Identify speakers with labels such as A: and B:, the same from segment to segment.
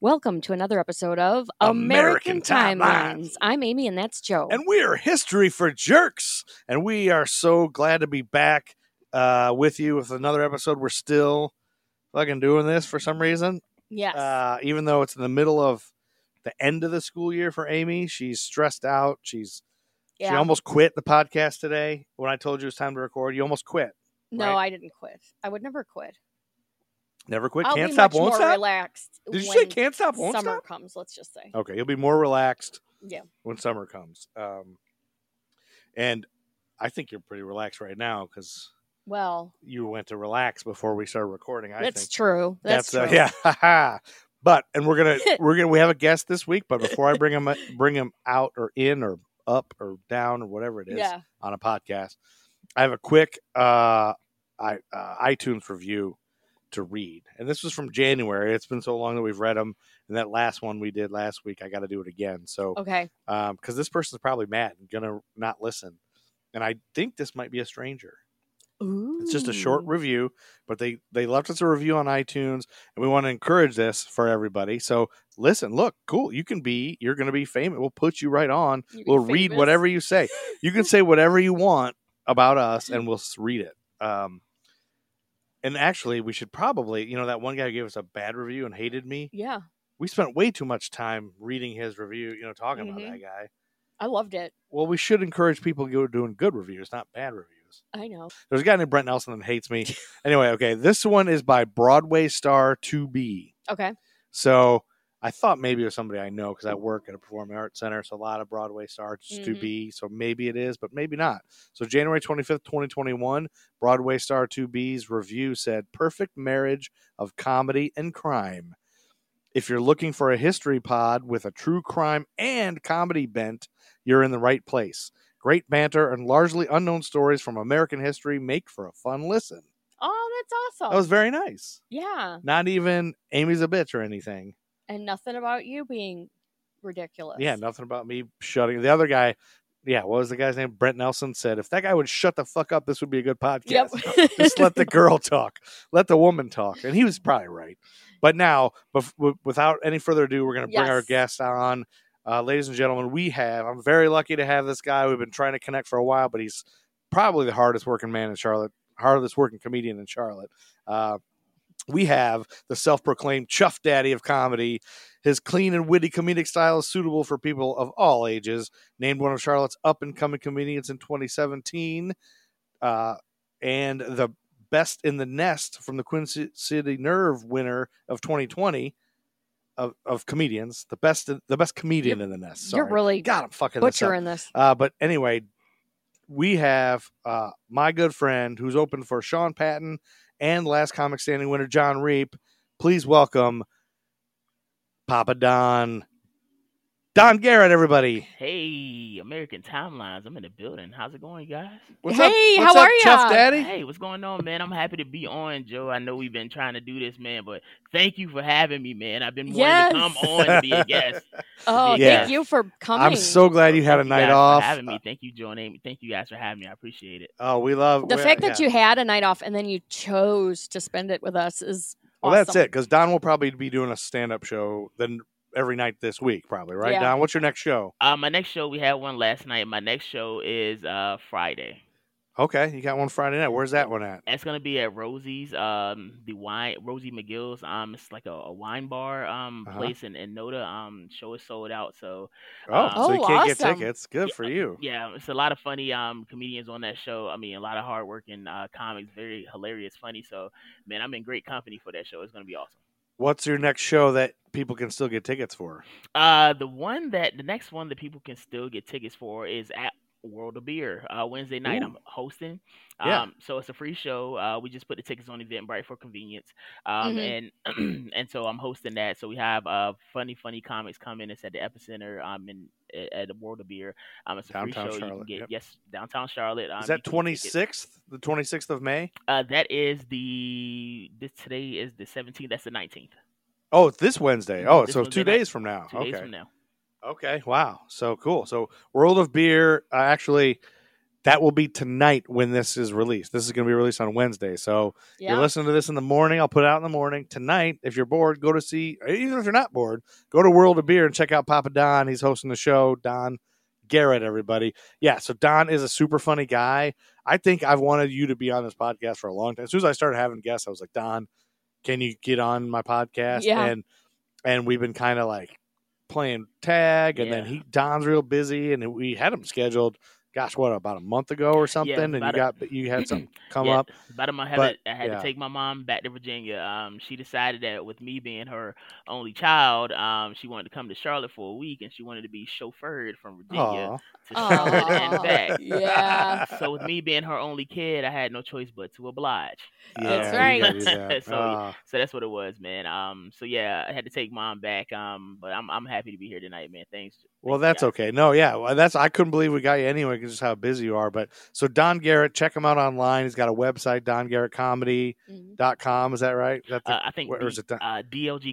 A: Welcome to another episode of
B: American Timelines.
A: Timelines. I'm Amy and that's Joe.
B: And we are History for Jerks. And we are so glad to be back uh, with you with another episode. We're still fucking doing this for some reason.
A: yes.
B: Uh, even though it's in the middle of the end of the school year for Amy, she's stressed out. She's
A: yeah.
B: she almost quit the podcast today. When I told you it was time to record, you almost quit.
A: no,
B: right.
A: I didn't quit. I would never quit.
B: Never quit.
A: I'll
B: can't
A: be
B: stop,
A: much
B: won't
A: more
B: stop.
A: relaxed
B: Did you
A: when
B: say can't stop, won't
A: summer
B: stop?
A: comes, let's just say.
B: Okay, you'll be more relaxed.
A: Yeah.
B: When summer comes, um, and I think you're pretty relaxed right now because
A: Well,
B: you went to relax before we started recording. I
A: that's
B: think
A: true. That's,
B: uh,
A: true.
B: yeah, haha. but and we're gonna we're gonna we have a guest this week. But before I bring him bring him out or in or up or down or whatever it is
A: Yeah.
B: on a podcast, I have a quick uh, I, uh iTunes review to read, and this was from January. It's been so long that we've read them, and that last one we did last week, I got to do it again. So
A: Okay.
B: because this person's probably mad and gonna not listen, and I think this might be a stranger. It's just a short
A: Ooh.
B: review, but they they left us a review on iTunes, and we want to encourage this for everybody. So listen, look, cool. You can be, you're going to be famous. We'll put you right on.
A: You
B: We'll
A: be
B: read
A: famous.
B: whatever you say. You can say whatever you want about us, and we'll s- read it. Um, and actually, we should probably, you know, that one guy who gave us a bad review and hated me.
A: Yeah.
B: We spent way too much time reading his review, you know, talking
A: Mhm.
B: about that guy.
A: I loved it.
B: Well, we should encourage people to go doing good reviews, not bad reviews.
A: I know.
B: There's a guy named Brent Nelson that hates me. anyway, okay, this one is by Broadway star 2B.
A: Okay.
B: So I thought maybe it was somebody I know because I work at a performing arts center. So a lot of Broadway stars to
A: Mhm.
B: be. So maybe it is, but maybe not. So January 25th, 2021, Broadway star 2B's review said perfect marriage of comedy and crime. If you're looking for a history pod with a true crime and comedy bent, you're in the right place. Great banter and largely unknown stories from American history make for a fun listen.
A: Oh, that's awesome.
B: That was very nice.
A: yeah.
B: Not even Amy's a bitch or anything.
A: And nothing about you being ridiculous.
B: Yeah, nothing about me shutting. The other guy, yeah, what was the guy's name? Brent Nelson said, if that guy would shut the fuck up, this would be a good podcast.
A: Yep.
B: Just let the girl talk, let the woman talk. And he was probably right. But now, bef- w- without any further ado, we're going to bring our
A: Yes.
B: guest on. Uh, ladies and gentlemen, we have, I'm very lucky to have this guy. We've been trying to connect for a while, but he's probably the hardest working man in Charlotte, hardest working comedian in Charlotte. Uh, we have the self proclaimed Chuff Daddy of comedy. His clean and witty comedic style is suitable for people of all ages. Named one of Charlotte's up and coming comedians in 2017, uh, and the best in the nest from the Quincy City Nerve winner of 2020 of, of comedians. The best, the best comedian in the nest. Sorry.
A: You're really
B: God, I'm fucking this up.
A: butchering this.
B: Uh, but anyway, we have uh, my good friend who's open for Sean Patton and last comic standing winner John Reap. Please welcome Papa Don. Don Garrett, everybody.
C: Hey, American Timelines. I'm in the building. How's it going, guys?
B: What's
A: Hey,
B: up? What's
A: how
B: up,
A: are
B: Tough
A: ya?
B: Daddy?
C: Hey, what's going on, man? I'm happy to be on, Joe. I know we've been trying to do this, man, but thank you for having me, man. I've been wanting
A: Yes.
C: to come on to be a guest.
A: Oh,
B: Yeah.
A: thank you for coming.
B: I'm so glad you had a
C: Thank
B: night
C: guys
B: off.
C: For having me. Thank you, Joe and Amy. Thank you guys for having me. I appreciate it.
B: Oh, we love
A: the
B: we-
A: fact that
B: yeah.
A: you had a night off and then you chose to spend it with us is
B: Well, that's
A: awesome.
B: it because Don will probably be doing a stand-up show then every night this week, probably right?
A: Yeah.
B: Don, what's your next show?
C: Uh, my next show, we had one last night. My next show is uh, Friday.
B: Okay, you got one Friday night. Where's that one at?
C: That's gonna be at Rosie's, um, the wine Rosie McGill's. Um, it's like a, a wine bar um
B: Uh-huh.
C: place in, in Noda. Um, show is sold out, so
B: Oh,
C: Uh,
B: so you
A: Oh,
B: can't get
A: awesome.
B: tickets. Good
C: Yeah,
B: for you.
C: Yeah, it's a lot of funny um comedians on that show. I mean, a lot of hardworking uh, comics, very hilarious, funny. So, man, I'm in great company for that show. It's gonna be awesome.
B: What's your next show that people can still get tickets for?
C: Uh, the one that the next one that people can still get tickets for is at World of Beer uh, Wednesday night.
B: Ooh.
C: I'm hosting.
B: Yeah.
C: Um, so it's a free show. Uh, we just put the tickets on Eventbrite for convenience. Um,
B: Mm-hmm.
C: and and so I'm hosting that. So we have uh funny funny comics come in. It's at the Epicenter. Um, in at- at the World of Beer. Um, it's a
B: Downtown
C: free show. You can
B: Charlotte,
C: get
B: yep.
C: yes, downtown Charlotte. Um,
B: Is
C: you
B: that
C: can get
B: twenty
C: tickets.
B: sixth? The twenty sixth of May?
C: Uh, that is the this today is the 17th. That's the 19th.
B: Oh, it's this Wednesday.
C: Mhm,
B: Oh,
C: this
B: so
C: Wednesday
B: two
C: night.
B: days from now.
C: Two
B: okay.
C: days from now.
B: Okay. Wow. So cool. So World of Beer. Uh, actually, That will be tonight when this is released. This is going to be released on Wednesday. So
A: Yeah.
B: you're listening to this in the morning. I'll put it out in the morning. Tonight, if you're bored, go to see, even if you're not bored, go to World of Beer and check out Papa Don. He's hosting the show. Don Garrett, everybody. Yeah, so Don is a super funny guy. I think I've wanted you to be on this podcast for a long time. As soon as I started having guests, I was like, Don, can you get on my podcast?
A: Yeah.
B: And and we've been kind of like playing tag, and then
C: Yeah.
B: he Don's real busy, and we had him scheduled. Gosh, what about a month ago or something? and you
C: about a-
B: got you had something come
C: Yeah,
B: up.
C: About a month, I had,
B: But,
C: to, I had
B: yeah.
C: to take my mom back to Virginia. Um, she decided that with me being her only child, um, she wanted to come to Charlotte for a week, and she wanted to be chauffeured from Virginia
B: Aw.
C: to Charlotte
A: Aw.
C: and back.
A: Yeah.
C: So with me being her only kid, I had no choice but to oblige.
A: That's
B: Yeah,
A: right.
B: you gotta do that.
C: So,
B: Ah,
C: So that's what it was, man. Um, so yeah, I had to take mom back. Um, but I'm I'm happy to be here tonight, man. Thanks.
B: well,
C: thanks,
B: that's
C: y'all.
B: okay. No, yeah, well, that's I couldn't believe we got you anyway because just how busy you are. But so Don Garrett, check him out online. He's got a website, dongarrettcomedy.com.
A: Mhm.
B: Is that right? Is that the,
C: Uh, I think
B: where
C: D-
B: is it done?
C: uh,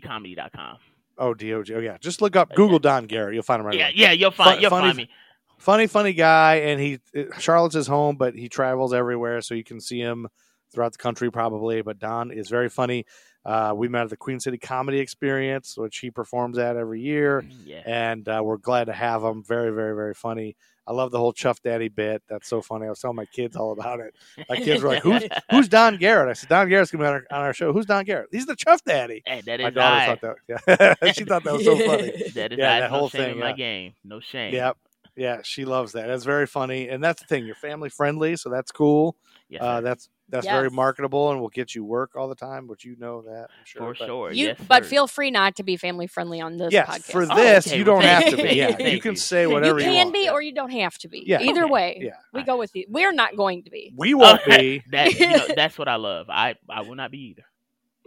C: dlgcomedy.com.
B: oh, DOG. Oh, yeah. Just look up Google Don Garrett. You'll find him right
C: Yeah,
B: away.
C: yeah, you'll find
B: Fun-
C: you'll
B: funny-
C: find me.
B: funny, funny guy, and he uh, Charlotte's his home, but he travels everywhere, so you can see him throughout the country probably. But Don is very funny. Uh, we met at the Queen City Comedy Experience, which he performs at every year,
C: Yeah.
B: and uh, we're glad to have him. Very, very, very funny. I love the whole Chuff Daddy bit. That's so funny. I was telling my kids all about it. My kids were like, "Who's who's Don Garrett?" I said, "Don Garrett's gonna be on our, on our show." Who's Don Garrett? He's the Chuff Daddy.
C: Hey, that
B: My
C: is
B: daughter
C: I.
B: thought that. Yeah, she thought that was so funny.
C: That is
B: Yeah,
C: I.
B: that
C: no
B: whole
C: shame
B: thing,
C: in my
B: yeah.
C: game. No shame.
B: Yep. Yeah, she loves that. That's very funny, and that's the thing. You're family friendly, so that's cool.
C: Yes,
B: Uh,
C: sir.
B: that's that's very
A: Yes.
B: marketable, and will get you work all the time. But you know that, I'm sure.
C: for
B: but-
C: sure.
A: You,
C: yes,
A: but
C: sir.
A: feel free not to be family friendly on this
B: Yeah,
A: podcast.
B: for
C: Oh,
B: this
C: okay,
B: you
C: well,
B: don't
A: thank
B: have to
A: you.
B: be. Yeah,
A: Thank
B: you can
C: you.
B: say
C: You
A: you
B: whatever you,
A: can
B: want.
A: be
B: Yeah.
A: or you don't have to be.
B: Yeah.
A: Either
C: Okay.
A: way,
B: Yeah.
A: we go with you. We're not going to be.
B: we won't be.
C: that. You know, that's what I love. I I will not be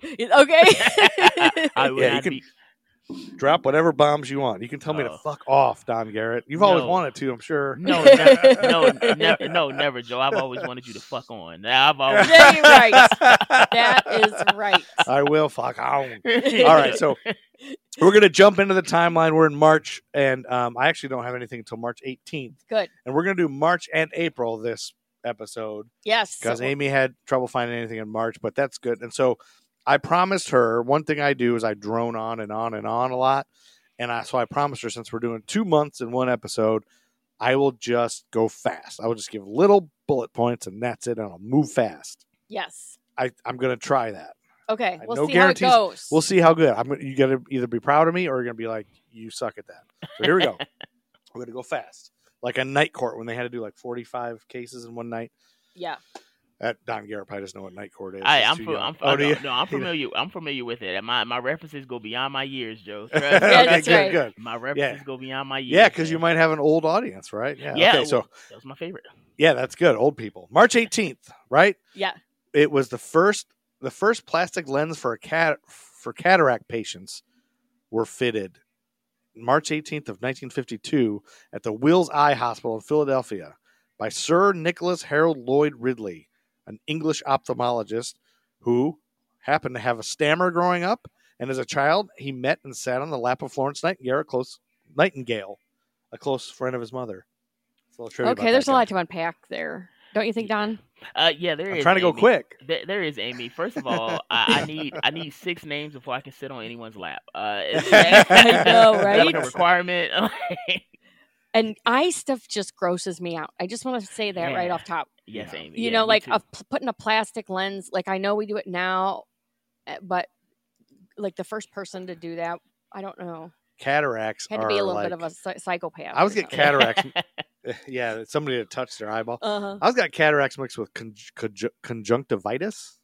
C: either.
A: Okay.
C: I will
B: Yeah, you
C: not
B: can-
C: be.
B: Drop whatever bombs you want. You can tell me to
C: Oh.
B: fuck off, Don Garrett. You've always
C: No.
B: wanted to, I'm sure.
C: No,
A: ne-
C: No, never, no, never, Joe. I've always wanted you to fuck on. I've always.
A: Yeah, you're right. that is right.
B: I will fuck on. All right, so we're gonna jump into the timeline. We're in March, and um, I actually don't have anything until March 18th.
A: Good.
B: and we're gonna do March and April this episode
A: Yes.
B: because Amy had trouble finding anything in March, but that's good. And so I promised her one thing I do is I drone on and on and on a lot, and I so I promised her since we're doing two months in one episode, I will just go fast. I will just give little bullet points and that's it, and I'll move fast.
A: yes.
B: I, I'm gonna try that.
A: Okay.
B: I-
A: We'll
B: no
A: see how it
B: guarantees.
A: goes.
B: We'll see how good. I'm gonna, you gotta either be proud of me or you're gonna be like you suck at that. So here we go. we're gonna go fast. Like a night court when they had to do like 45 cases in one night.
A: Yeah.
B: That Don Garrett probably doesn't know what night court is.
C: I,
B: He's
C: I'm,
B: too
C: fa-
B: young.
C: I'm, fa-
B: oh, do
C: no,
B: you?
C: no, I'm
B: He-
C: familiar. I'm familiar with it. And My my references go beyond my years, Joe. Trust
B: Okay,
C: me.
A: Yeah, that's
B: good,
A: right.
B: good.
C: My references go beyond my years.
B: Yeah, because you
C: man.
B: might have an old audience, right? Yeah.
C: Yeah,
B: Okay, so
C: That was my favorite.
B: yeah, that's good. Old people. March 18th, right?
A: Yeah.
B: It was the first the first plastic lens for a cat for cataract patients were fitted March 18th of 1952 at the Wills Eye Hospital in Philadelphia by Sir Nicholas Harold Lloyd Ridley, an English ophthalmologist who happened to have a stammer growing up, and as a child he met and sat on the lap of Florence Nightingale, a close Nightingale, a close friend of his mother. It's a little trivia about
A: Okay. There's
B: that
A: a lot to
B: guy.
A: unpack there. Don't you think, Don?
C: Uh, yeah, there
B: I'm
C: is,
B: trying to go
C: Amy.
B: quick.
C: There, there is Amy. First of all, I, I need I need six names before I can sit on anyone's lap. Uh, is that-
B: I
A: know,
C: is that like a
A: right?
C: requirement.
A: And eye stuff just grosses me out. I just want to say that right
C: Yeah.
A: off top.
C: yes, Amy.
A: You
C: yeah,
A: know,
C: me
A: like uh,
C: too.
A: a, p- putting a plastic lens. Like I know we do it now, eh, but like the first person to do that, I don't know.
B: Cataracts
A: Had to
B: are
A: be a little
B: like,
A: bit of a psy- psychopath.
B: I
A: or
B: was getting
A: something.
B: cataracts. yeah, that somebody had touched their eyeball.
A: Uh-huh.
B: I was got cataracts mixed with con- conju- conjunctivitis.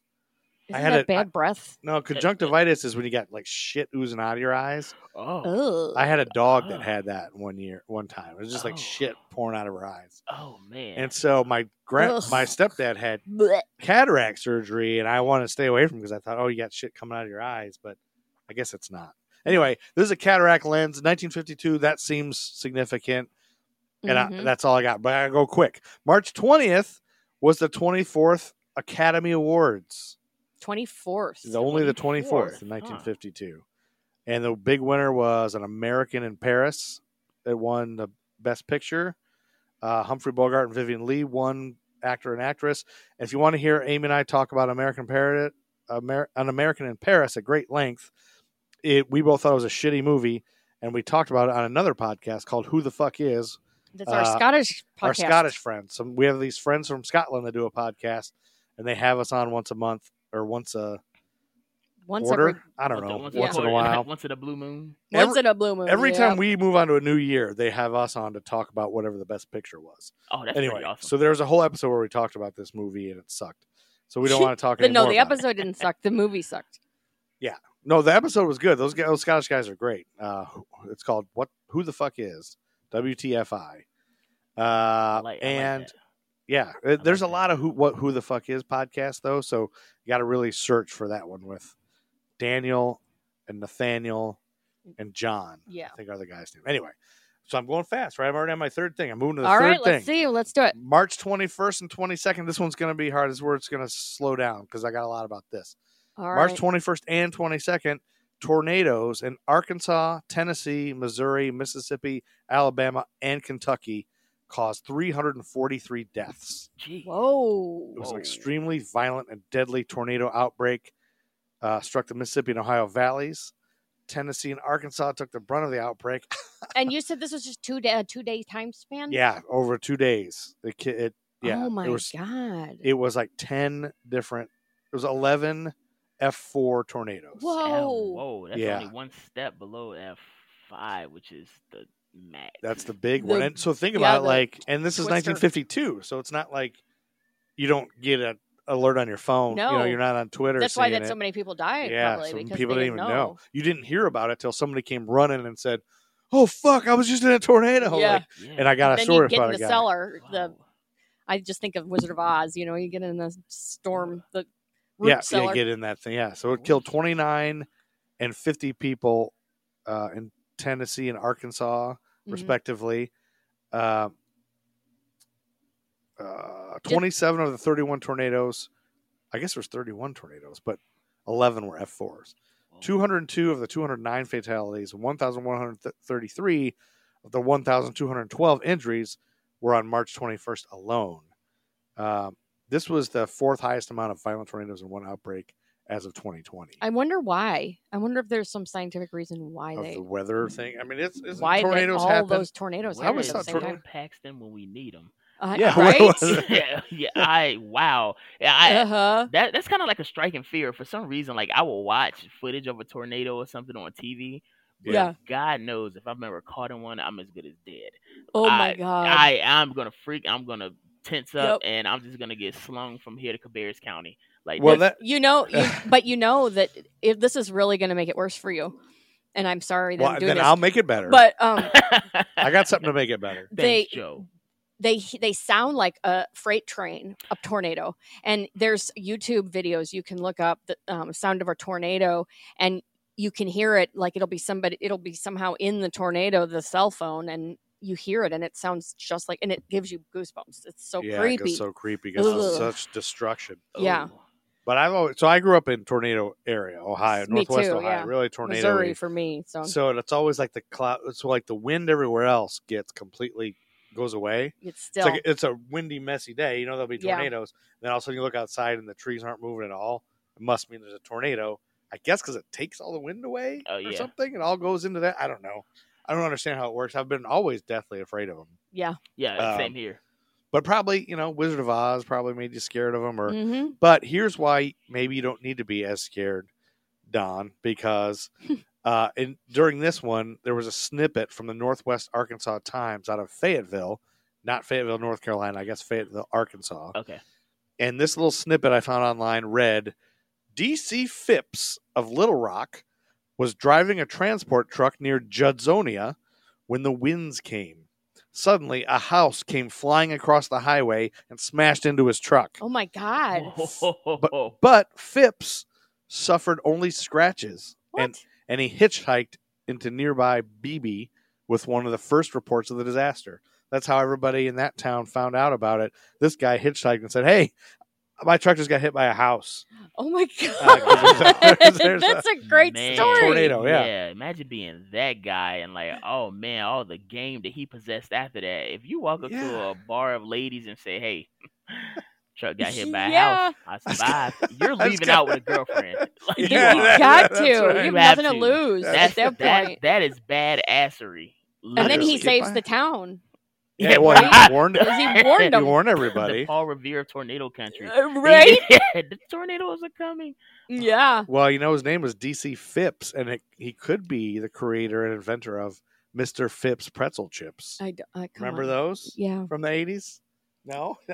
A: Isn't
B: had
A: that
B: a-
A: bad breath?
B: No, conjunctivitis is when you got like shit oozing out of your eyes.
C: oh,
A: Oh.
B: I had a dog that
C: Oh.
B: had that one year, one time. It was just like
C: Oh.
B: shit pouring out of her eyes.
C: oh man.
B: And so my grand,
A: Ugh.
B: my stepdad had
A: Blech.
B: cataract surgery, and I wanted to stay away from because I thought, oh, you got shit coming out of your eyes, but I guess it's not. Anyway, this is a cataract lens, 1952. That seems significant. and I,
A: Mhm.
B: that's all I got. But I go quick. March twentieth was the twenty fourth Academy Awards.
A: 24th.
B: It's only the twenty
C: 24th,
B: fourth
C: huh.
B: in nineteen fifty two, and the big winner was an American in Paris that won the Best Picture, uh, Humphrey Bogart and Vivian Lee, one actor and actress. If you want to hear Amy and I talk about American Parrot, Amer- an American in Paris at great length, it we both thought it was a shitty movie, and we talked about it on another podcast called "Who the Fuck Is."
A: That's our
B: Uh,
A: Scottish podcast.
B: Our Scottish friends. Some we have these friends from Scotland that do a podcast, and they have us on once a month or once a
A: once
B: quarter.
A: every
B: I don't know.
C: Once,
A: a
B: once in a
C: quarter-
B: while.
C: once in a blue moon.
A: once
B: Every-
A: in a blue moon.
B: Every
A: yeah.
B: time we move on to a new year, they have us on to talk about whatever the best picture was.
C: Oh, that's
B: anyway,
C: pretty awesome.
B: so there was a whole episode where we talked about this movie and it sucked. So we don't want to talk
A: the,
B: anymore.
A: no, the
B: about it.
A: episode didn't suck. The movie sucked.
B: No, the episode was good. Those, guys, those Scottish guys are great. Uh, it's called "What? Who the fuck is?" WTFI.
C: I
B: Uh,
C: like- I like
B: and
C: that.
B: yeah, it- there's
C: like
B: a
C: that.
B: lot of who what who the fuck is podcast though. So you got to really search for that one with Daniel and Nathaniel and John.
A: Mm. Yeah.
B: I think are the guys' name. Anyway, so I'm going fast, right? I'm already on my third thing. I'm moving to the
A: All
B: third
A: right,
B: thing.
A: let's see. Let's do it.
B: March 21st and 22nd. This one's going to be hard. This is where it's going to slow down because I got a lot about this.
A: All right.
B: March 21st and 22nd, tornadoes in Arkansas, Tennessee, Missouri, Mississippi, Alabama, and Kentucky caused 343 deaths.
C: Gee.
A: Whoa.
B: It was
C: Whoa.
B: an extremely violent and deadly tornado outbreak uh, struck the Mississippi and Ohio valleys. Tennessee and Arkansas took the brunt of the outbreak.
A: And you said this was just two day, a two day time span.
B: Yeah, over two days. It, ki- it yeah,
A: Oh my
B: it was
A: god.
B: it was like 10 different it was 11 f4 tornadoes
A: Whoa.
C: L, whoa, that's
B: Yeah.
C: only one step below F five, which is the max.
B: that's the big
A: The-
B: one and so think
A: yeah,
B: about it,
A: the
B: like and this is
A: twister.
B: 1952 so it's not like you don't get an alert on your phone you know
A: No.
B: you're not on twitter
A: That's why
B: seeing
A: that so
B: it.
A: many people died.
B: yeah
A: probably,
B: some
A: because
B: people
A: they
B: didn't even know.
A: know.
B: you didn't hear about it till somebody came running and said oh fuck i was just in a tornado
A: Yeah.
B: Like,
C: Yeah.
B: and i got a
A: then
B: story
A: you get in
B: about
A: the
B: a guy
A: cellar. The
C: Wow.
A: I just think of Wizard of Oz. You know, you get in the storm, the root
B: yeah,
A: cellar.
B: yeah, get in that thing. Yeah, so it killed 29 and 50 people uh, in Tennessee and Arkansas,
A: Mhm.
B: respectively. Uh, uh, 27 of the 31 tornadoes, I guess there's 31 tornadoes, but 11 were F4s.
C: Whoa.
B: 202 of the 209 fatalities, 1,133 of the 1,212 injuries were on March 21st alone. Um, this was the fourth highest amount of violent tornadoes in one outbreak as of 2020.
A: I wonder why. I wonder if there's some scientific reason why
B: of
A: they
B: the weather thing. I mean, it's, it's
A: why they,
B: tornadoes
A: all
B: happen.
A: those tornadoes
B: I
C: Where
A: happened
B: always
A: at
C: is
A: the same
B: thought tor-
A: time.
C: Bill Paxton when we need him?
A: Uh,
B: Yeah, what
A: right.
B: was-
C: yeah, yeah, I wow. Yeah, I,
A: Uh huh.
C: that that's kind of like a striking fear. For some reason, like I will watch footage of a tornado or something on TV. but
A: Yeah.
C: God knows if I've ever caught in one, I'm as good as dead.
A: Oh
C: I-
A: my god.
C: I I'm gonna freak. I'm gonna tense
A: Yep.
C: up, and I'm just gonna get slung from here to Cabarrus County. Like
B: Well,
C: that's-
B: that
A: you know, you, but you know that if this is really going to make it worse for you, and I'm sorry that
B: well,
A: I'm doing
B: then
A: this,
B: I'll make it better.
A: but um,
B: I got something to make it better.
A: they-
C: Thanks, Joe.
A: they they sound like a freight train, a tornado. And there's YouTube videos you can look up the um, sound of a tornado, and you can hear it like it'll be somebody, it'll be somehow in the tornado, the cell phone, and you hear it, and it sounds just like, and it gives you goosebumps. It's so
B: yeah,
A: creepy.
B: it's so creepy because it's
A: Ugh.
B: such destruction.
A: yeah.
C: Oh,
B: But I've always, so I grew up in tornado area, Ohio,
A: Me
B: northwest
A: too,
B: Ohio,
A: yeah.
B: really tornado.
A: Missouri for me. So,
B: So it's always like the cloud. So like the wind everywhere else gets completely goes away.
A: it's still
B: It's like it's a windy, messy day. You know there'll be
A: Yeah.
B: tornadoes. Then all of a sudden you look outside and the trees aren't moving at all. It must mean there's a tornado. I guess because it takes all the wind away
C: Oh,
B: or
C: yeah.
B: something. It all goes into that. I don't know. I don't understand how it works. I've been always deathly afraid of them.
A: yeah.
C: yeah.
B: Um,
C: same here.
B: But probably you know Wizard of Oz probably made you scared of them or
A: hmm
B: but here's why maybe you don't need to be as scared, Don, because uh, in, during this one, there was a snippet from the Northwest Arkansas Times out of Fayetteville, not Fayetteville, North Carolina, I guess Fayetteville, Arkansas.
C: Okay.
B: And this little snippet I found online read DC Phipps of Little Rock was driving a transport truck near Judsonia when the winds came. Suddenly, a house came flying across the highway and smashed into his truck.
A: Oh my god.
C: Whoa.
B: But Phipps suffered only scratches
A: What?
B: and and he hitchhiked into nearby BB with one of the first reports of the disaster. That's how everybody in that town found out about it. This guy hitchhiked and said, "Hey, my truck just got hit by a house."
A: Oh my
B: Uh, 'cause
A: god,
B: there's a- there's- there's a-
A: that's a great
C: Man.
A: story.
B: Tornado, yeah.
C: Imagine being that guy and like, oh man, all the game that he possessed after that. If you walk up to
B: Yeah.
C: a bar of ladies and say, hey, truck got hit by a
A: Yeah.
C: house, I
B: That's
C: survived. You're
B: that's
C: leaving
B: good.
C: out with a girlfriend. Like,
A: You,
B: Yeah,
A: you
B: that-
A: got
B: that's
A: to.
B: right.
A: You have
C: You have
A: nothing to
C: to.
A: lose
C: that's-
A: at that,
C: that-
A: point.
C: that is badassery.
A: and then he
B: Literally.
A: saves the town.
B: Yeah, well,
A: right?
B: he warned,
A: Because he warned
B: he
A: him,
B: warned
C: The
B: everybody.
C: Paul Revere of tornado country.
A: Uh, right?
C: the tornadoes are coming.
A: Yeah.
B: Well, you know, his name was DC Phipps, and it, he could be the creator and inventor of Mr. Phipps pretzel chips.
A: I, d- I- Oh, come
B: Remember
A: on.
B: those
A: Yeah.
B: from the 80s? No?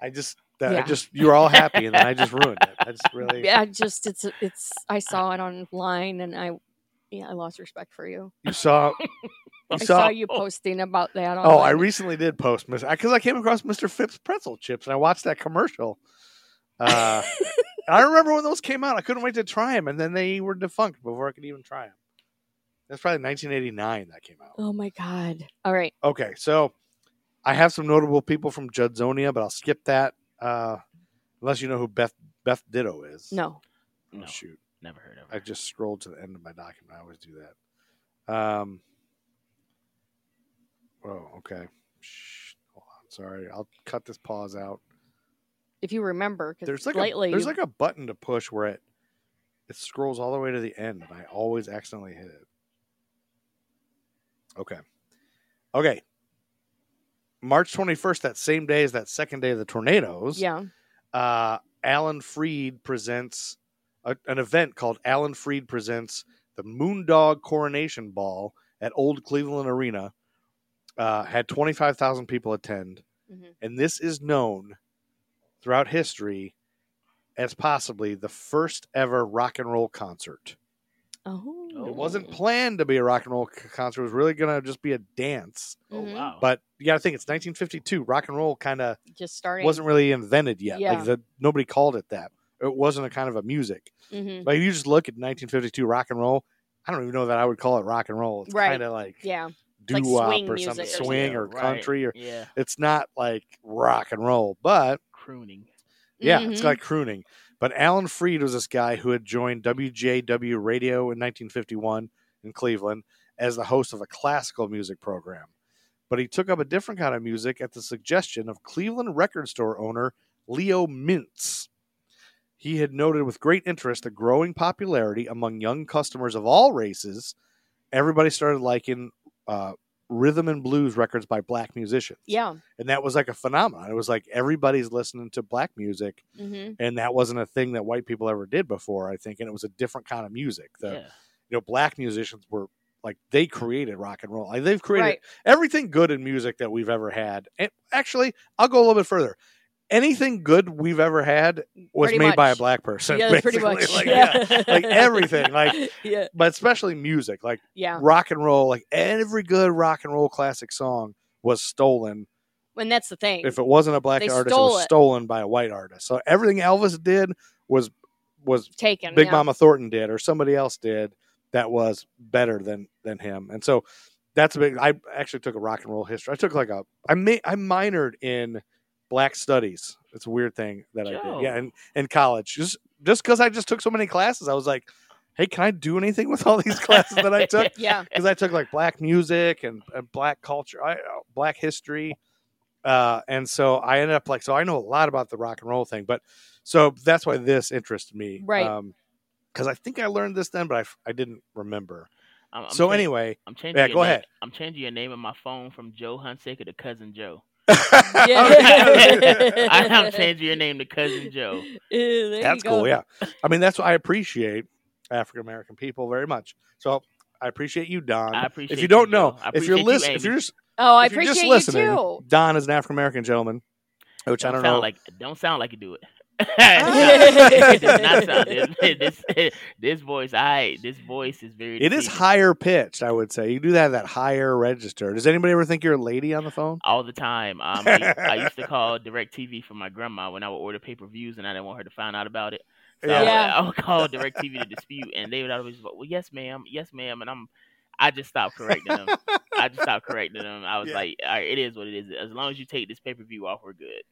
B: I just, that,
A: Yeah.
B: I just, you were all happy, and then I just ruined it. I just really,
A: Yeah, I just it's it's I saw it online and I yeah, I lost respect for you.
B: you saw,
A: I
B: you
A: saw
C: oh,
B: saw,
A: you posting about that
B: oh, I
A: online.
B: recently did post, because I came across Mr. Phipps pretzel chips, and I watched that commercial. Uh, and I remember when those came out, I couldn't wait to try them, and then they were defunct before I could even try them. That's probably 1989 that came out.
A: Oh my god. All right.
B: Okay, so I have some notable people from Judzonia, but I'll skip that uh, unless you know who Beth Beth Ditto is.
A: No.
B: Oh,
C: No,
B: shoot,
C: never heard of
B: I
C: her.
B: just scrolled to the end of my document. I always do that. Um. Oh, okay. Shh, hold on. Sorry, I'll cut this pause out.
A: If you remember cuz
B: There's like
A: lately
B: a, there's
A: you-
B: like a button to push where it it scrolls all the way to the end, and I always accidentally hit it. Okay, okay. March 21st, that same day as that second day of the tornadoes.
A: yeah.
B: Uh, Alan Freed presents a, an event called Alan Freed presents the Moondog Coronation Ball at Old Cleveland Arena. Uh, had 25,000 people attend,
A: Mhm.
B: and this is known throughout history as possibly the first ever rock and roll concert.
A: Oh.
B: It wasn't planned to be a rock and roll c- concert; it was really going to just be a dance.
C: Oh
A: Mhm.
C: wow!
B: But you got to think it's 1952. Rock and roll kind of
A: Just starting.
B: wasn't really invented yet.
A: Yeah.
B: Like the, nobody called it that. It wasn't a kind of a music.
A: Mhm.
B: Like you just look at 1952 rock and roll. I don't even know that I would call it rock and roll. It's
A: Right.
B: kind of like
A: Yeah.
B: doo
A: like
B: wop
A: swing
B: or
A: music
B: something,
A: or
C: Yeah,
B: swing
C: yeah,
B: or
C: right.
B: country. Or
C: yeah,
B: it's not like rock and roll, but
C: crooning.
B: yeah, it's
A: Mhm.
B: like crooning. But Alan Freed was this guy who had joined WJW Radio in 1951 in Cleveland as the host of a classical music program. But he took up a different kind of music at the suggestion of Cleveland record store owner Leo Mintz. He had noted with great interest the growing popularity among young customers of all races. Everybody started liking uh, rhythm and blues records by black musicians.
A: Yeah.
B: And that was like a phenomenon. It was like everybody's listening to black music
A: Mhm.
B: and that wasn't a thing that white people ever did before i think and it was a different kind of music the
C: yeah,
B: you know black musicians were like they created rock and roll like they've created
A: Right.
B: everything good in music that we've ever had and actually i'll go a little bit further anything good we've ever had was
A: Pretty
B: made by a
A: much.
B: black person
A: yeah, pretty
B: basically.
A: much.
B: Like, yeah.
A: yeah.
B: like everything like
A: yeah.
B: but especially music like
A: Yeah.
B: rock and roll like every good rock and roll classic song was stolen
A: And that's the thing.
B: if it wasn't a black
A: They
B: artist it
A: stole
B: was
A: it.
B: stolen by a white artist so everything elvis did was was
A: Taken.
B: Big
A: yeah.
B: Mama Thornton did or somebody else did that was better than than him. And so that's a big I actually took a rock and roll history. I took like a I may I minored in black studies. It's a weird thing that I
C: Joe.
B: did. Yeah, in, in college. Just just because I just took so many classes, I was like, hey, can I do anything with all these classes that I took?
A: Yeah.
B: Because I took like black music and, and black culture, I, uh, black history. Uh, and so I ended up like, so I know a lot about the rock and roll thing, but so that's why this interested me.
A: Right.
B: because I think I learned this then, but I, f- I didn't remember.
C: I'm, I'm
B: so
C: chang-
B: anyway,
C: I'm changing.
B: yeah,
C: your
B: go
C: name-
B: ahead.
C: I'm changing your name on my phone from Joe Hunsaker to Cousin Joe.
A: Yeah.
C: I am changing your name to Cousin Joe.
A: Uh, there
B: that's
A: you go.
B: cool. Yeah, I mean that's what I appreciate African American people very much. So I appreciate you, Don.
C: I appreciate.
B: if you don't know,
C: Joe. I
B: if you're
C: appreciate you,
B: listening, if
C: Amy.
B: you're just
A: Oh, I
B: if you're
A: appreciate
B: just
A: you
B: listening,
A: too.
B: Don is an African American gentleman, which I
C: Don't
B: don't
C: sound
B: know.
C: like don't sound like you do it.
A: Ah.
C: it does not sound this, this this voice. I this voice is very.
B: it is
C: deceiving.
B: higher pitched, I would say. You do have that higher register. Does anybody ever think you're a lady on the phone?
C: all the time. Um, I, I used to call Direct TV for my grandma when I would order pay per views and I didn't want her to find out about it. So I, would,
A: Yeah.
C: I would call Direct TV to dispute, and they would always be like, "Well, yes, ma'am, yes, ma'am," and I'm, I just stopped correcting them. I just stopped correcting them. I was
B: Yeah.
C: like, all right, "It is what it is. As long as you take this pay per view off, we're good."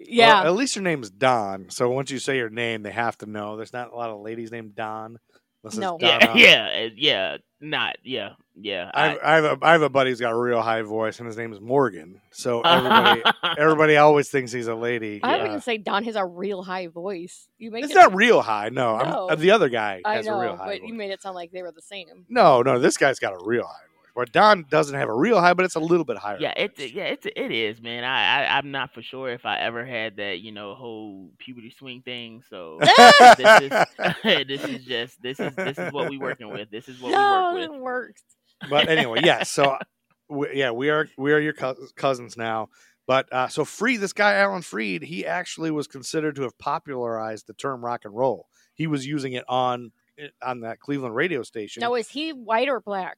A: Yeah.
B: Well, at least your name's Don. So once you say your name, they have to know. There's not a lot of ladies named Don. unless it's
A: No.
C: Yeah,
B: Donna.
C: yeah, yeah, not yeah, yeah.
B: I, I have a, I have a buddy who's got a real high voice, and his name is Morgan. So everybody everybody always thinks he's a lady.
A: I
B: Yeah.
A: would even say Don has a real high voice. You make
B: It's
A: it,
B: not real high. No, I'm-
A: No.
B: uh, the other guy
A: I
B: has
A: know,
B: a real high
A: but
B: voice.
A: you made it sound like they were the same.
B: no, no, this guy's got a real high voice. Well, Don doesn't have a real high, but it's a little bit higher.
C: yeah, it
B: voice.
C: yeah, it it is, man. I, I I'm not for sure if I ever had that, you know, whole puberty swing thing. So this is this is just this is this is what we working with. This is what
A: no,
C: we work
A: it works.
B: but anyway, yeah. So, we, yeah, we are we are your cous- cousins now. But uh, so Freed, this guy Alan Freed, he actually was considered to have popularized the term rock and roll. He was using it on eh, on that Cleveland radio station.
A: Now, is he white or black?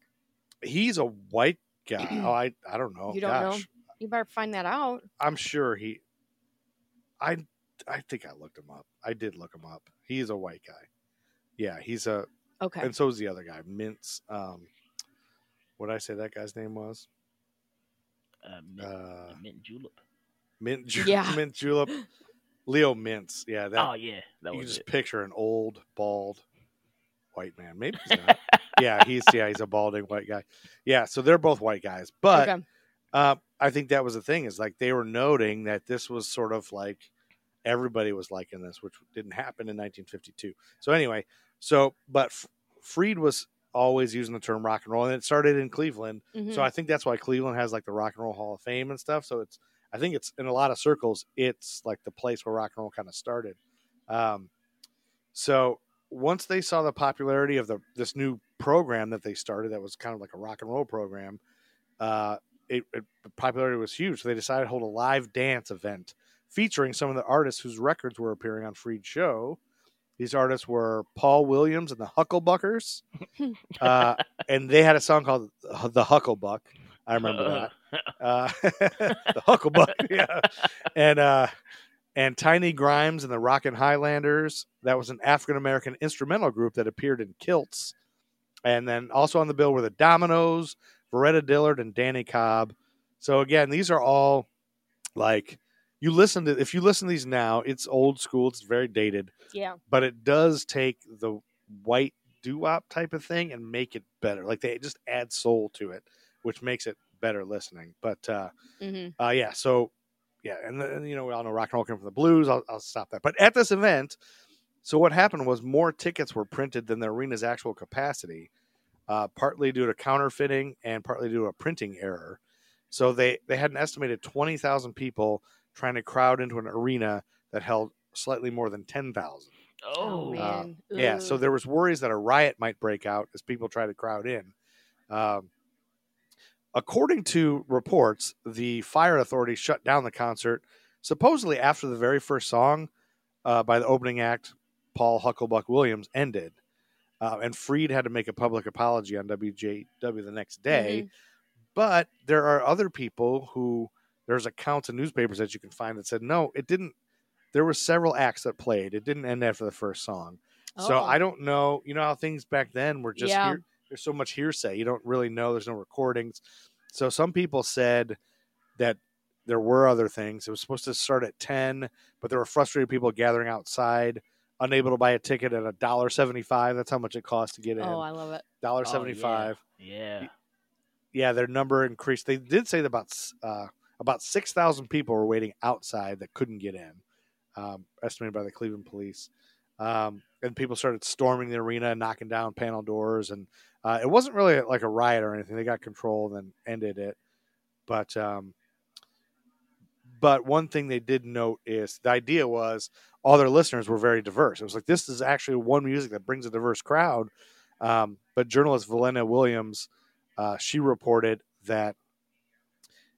B: He's a white guy. Oh, I I don't know.
A: You don't know?
B: Gosh,
A: You better find that out.
B: I'm sure he. I I think I looked him up. I did look him up. He's a white guy. Yeah, he's a
A: Okay.
B: and so is the other guy, Mince. Um, what did I say that guy's name was?
C: with. Um, mint,
B: Uh,
C: mint julep.
B: mint, ju-
A: Yeah.
B: mint julep, Leo Mintz. Yeah, that
C: oh yeah,
B: you
C: that
B: can
C: was
B: just
C: it.
B: picture an old bald white man. Maybe he's not. yeah, he's yeah he's a balding white guy. Yeah, so they're both white guys, but
A: okay.
B: uh, I think that was the thing is like they were noting that this was sort of like everybody was liking this, which didn't happen in 1952. So anyway, so but F- Freed was always using the term rock and roll, and it started in Cleveland.
A: Mhm.
B: So I think that's why Cleveland has like the Rock and Roll Hall of Fame and stuff. So it's I think it's in a lot of circles, it's like the place where rock and roll kind of started. Um, so once they saw the popularity of the this new program that they started, that was kind of like a rock and roll program, uh, it, it the popularity was huge. So they decided to hold a live dance event featuring some of the artists whose records were appearing on Freed Show. These artists were Paul Williams and the Hucklebuckers. Uh, and they had a song called "The Hucklebuck." I remember that. Uh, the Hucklebuck, yeah. And uh, and Tiny Grimes and the Rockin' Highlanders. That was an African American instrumental group that appeared in Kilts. And then also on the bill were the Dominoes, Veretta Dillard, and Danny Cobb. So again, these are all like you listen to. If you listen to these now, it's old school. It's very dated
A: yeah.
B: but it does take the white doo-wop type of thing and make it better. Like they just add soul to it, which makes it better listening. But uh,
A: hmm
B: uh yeah, so yeah, and then you know we all know rock and roll came from the blues. I'll, I'll stop that. But at this event, so what happened was more tickets were printed than the arena's actual capacity, uh, partly due to counterfeiting and partly due to a printing error. So they they had an estimated twenty thousand people trying to crowd into an arena that held slightly more than ten thousand.
C: oh,
A: Oh, man.
B: Yeah, so
A: Ugh.
B: there was worries that a riot might break out as people try to crowd in. Um, according to reports, the fire authority shut down the concert supposedly after the very first song uh, by the opening act, Paul Hucklebuck Williams, ended. Uh, and Freed had to make a public apology on WJW the next day. But there are other people who there's accounts in newspapers that you can find that said, no, it didn't. There were several acts that played. It didn't end after the first song. So
A: Oh.
B: I don't know. You know how things back then were just
A: Yeah.
B: hear- there's so much hearsay. You don't really know. There's no recordings. So some people said that there were other things. It was supposed to start at ten, but there were frustrated people gathering outside, unable to buy a ticket at a dollar seventy five. That's how much it cost to get in.
A: Oh, I love it.
B: Dollar seventy five.
C: yeah.
B: yeah. their number increased. They did say that about s- uh, about six thousand people were waiting outside that couldn't get in, um, estimated by the Cleveland police. Um, and people started storming the arena, knocking down panel doors, and uh, it wasn't really like a riot or anything. They got control and then ended it. But um, but one thing they did note is the idea was all their listeners were very diverse. It was like this is actually one music that brings a diverse crowd. Um, but journalist Valena Williams, uh, she reported that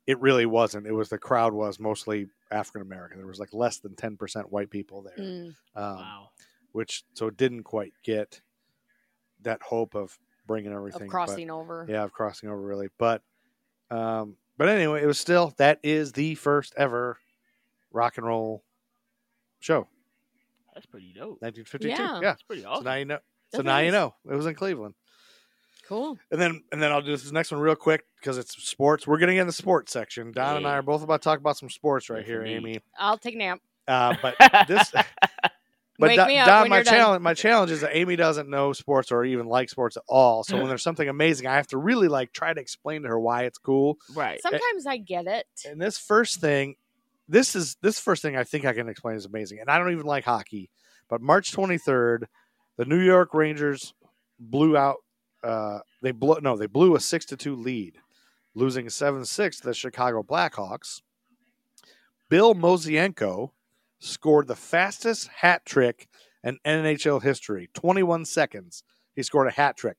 B: it really wasn't. It was the crowd was mostly African American. There was like less than ten percent white people there,
A: Mm.
B: um,
C: Wow.
B: which so it didn't quite get that hope of bringing everything
A: Of
B: but-
A: crossing over.
B: yeah, of crossing over really. But um but anyway, it was still that is the first ever rock and roll show.
C: That's pretty dope.
B: Nineteen fifty two.
A: Yeah.
B: Yeah.
C: That's pretty
B: So
C: awesome.
B: now you know so
A: That's
B: now you
A: nice.
B: know. It was in Cleveland.
A: Cool.
B: And then and then I'll do this next one real quick because it's sports. We're getting in the sports section. Don and I
C: Yeah.
B: are both about to talk about some sports right
C: Yes,
B: here,
C: indeed.
B: Amy.
A: I'll take a nap.
B: Uh, but this but
A: Wake
B: Don,
A: me up
B: Don,
A: when
B: my
A: you're done.
B: challenge my challenge is that Amy doesn't know sports or even like sports at all. So when there's something amazing, I have to really like try to explain to her why it's cool.
C: right.
A: Sometimes I get it.
B: And this first thing, this is this first thing I think I can explain is amazing. And I don't even like hockey, but March 23rd, the New York Rangers blew out. Uh, they blew no, they blew a six to two lead, losing seven six to the Chicago Blackhawks. Bill Mozienko scored the fastest hat trick in NHL history, 21 seconds. He scored a hat trick.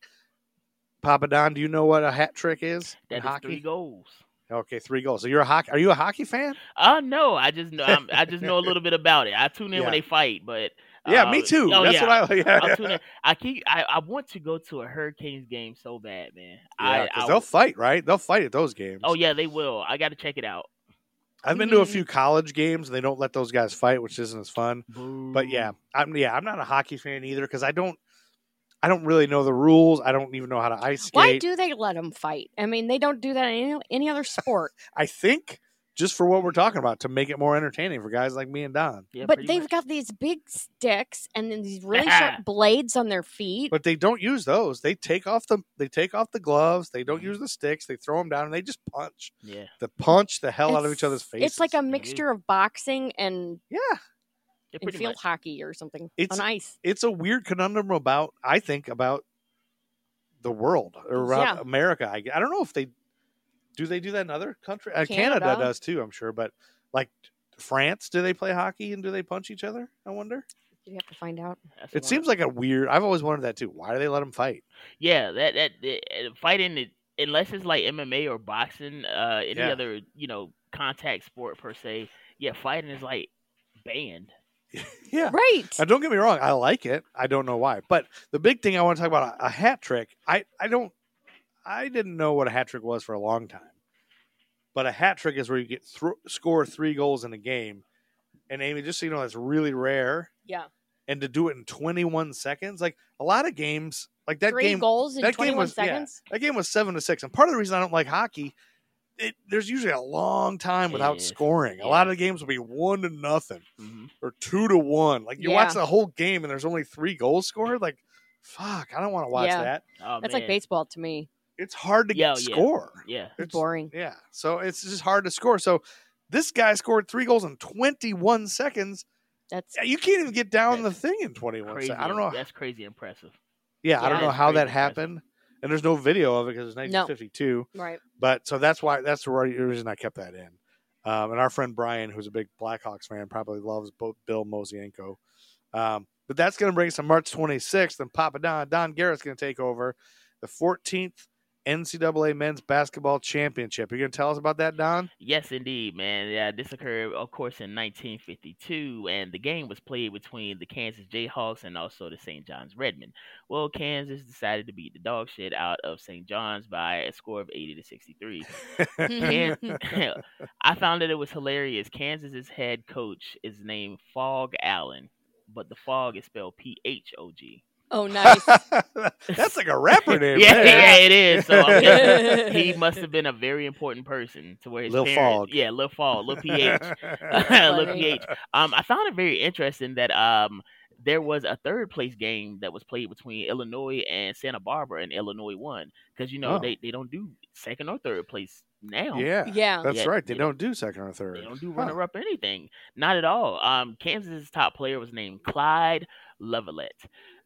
B: Papa Don, do you know what a hat trick is in
C: That is
B: hockey?
C: three goals.
B: Okay, three goals. So you're a hockey? Are you a hockey fan?
C: Uh no, I just know I'm, I just know a little bit about it. I tune in when
B: Yeah.
C: they fight, but
B: Yeah,
C: uh,
B: me too.
C: Oh,
B: That's
C: yeah.
B: what I. Yeah,
C: I'll tune in. I keep. I, I want to go to a Hurricanes game so bad, man. I,
B: Yeah, 'cause
C: I
B: they'll fight, right? They'll fight at those games.
C: oh yeah, they will. I got to check it out.
B: I've been to a
A: Mhm.
B: few college games, and they don't let those guys fight, which isn't as fun. But yeah, I'm yeah, I'm not a hockey fan either because I don't, I don't really know the rules. I don't even know how to ice skate.
A: Why do they let them fight? I mean, they don't do that in any, any other sport.
B: I think just for what we're talking about to make it more entertaining for guys like me and Don.
C: Yeah,
A: but
C: pretty
A: they've
C: much.
A: got these big sticks and then these really sharp blades on their feet.
B: But they don't use those. They take off the they take off the gloves. They don't use the sticks. They throw them down and they just punch.
C: yeah,
B: They punch the hell out of
A: It's-
B: each other's faces. Mm-hmm.
A: It's like a mixture of boxing and,
B: yeah.
C: yeah,
A: and
C: pretty
A: field
C: much.
A: hockey or something
B: It's-
A: on ice.
B: it's a weird conundrum about I think about the world or around
A: Yeah.
B: America. I, I don't know if they do they do that in other countries. Uh, Canada.
A: Canada.
B: does too, I'm sure. But like France, do they play hockey and do they punch each other? I wonder.
A: You have to find out.
C: That's
B: It
C: one.
B: seems like a weird. I've always wondered that too. Why do they let them fight?
C: yeah that that uh, fighting it unless it's like MMA or boxing, uh, any
B: Yeah.
C: other you know contact sport per se. Yeah, fighting is like banned.
B: yeah.
A: Right.
B: Now, don't get me wrong. I like it. I don't know why. But the big thing I want to talk about a, a hat trick. I I don't. I didn't know what a hat trick was for a long time. But a hat trick is where you get thro score three goals in a game. And Amy, just so you know, that's really rare.
A: Yeah.
B: And to do it in 21 seconds, like a lot of games, like that
A: Three
B: game,
A: goals in
B: that game
A: 21
B: was- yeah.
A: seconds.
B: that game was seven to six. And part of the reason I don't like hockey, it, there's usually a long time without
C: Yeah.
B: scoring. A
C: Yeah.
B: lot of the games will be one to nothing
C: Mhm.
B: or two to one. Like you
A: Yeah.
B: watch the whole game and there's only three goals scored. Like, fuck, I don't want to watch
A: Yeah.
B: that.
C: Oh,
A: That's like
C: man.
A: baseball to me.
B: It's hard to
C: Yeah,
B: get
C: yeah.
B: score.
C: Yeah,
A: It's
B: It's,
A: boring.
B: yeah, so it's just hard to score. So this guy scored three goals in 21 seconds.
A: That's
B: Yeah, You can't even get down
C: That's
B: the thing in 21
C: crazy.
B: seconds. I don't know.
C: That's crazy impressive.
B: Yeah, I
A: Yeah,
B: don't know
C: it's
B: how
C: crazy
B: that
C: impressive.
B: happened. And there's no video of it because it's 1952.
A: right.
B: But so that's why that's the right reason I kept that in. Um, and our friend Brian, who's a big Blackhawks fan, probably loves both Bill Mosienko. Um, but that's going to bring us to March 26th, and Papa Don Don Garrett's going to take over the 14th NCAA Men's Basketball Championship. You going to tell us about that, Don?
C: Yes, indeed, man. Yeah, this occurred, of course, in 1952, and the game was played between the Kansas Jayhawks and also the St. John's Redmen. Well, Kansas decided to beat the dog shit out of St. John's by a score of 80 to 63. Can- I found that it was hilarious. Kansas's head coach is named Fog Allen, but the fog is spelled P H O G.
A: Oh, nice.
B: that's like a rapper name.
C: yeah,
B: right?
C: yeah, it is. So I'm guessing he must have been a very important person to where his
B: Lil
C: parents,
B: Fog.
C: yeah, Lil Fog, Lil PH. Look,
A: Funny.
C: PH. Um, I found it very interesting that um there was a third place game that was played between Illinois and Santa Barbara, and Illinois won because you know
B: Oh.
C: they, they don't do second or third place now.
B: Yeah,
A: yeah.
B: that's
C: Yeah,
B: right. They
C: yeah.
B: don't do second or third.
C: They don't do
B: Huh.
C: runner up or anything. Not at all. Um, Kansas's top player was named Clyde Lovellette.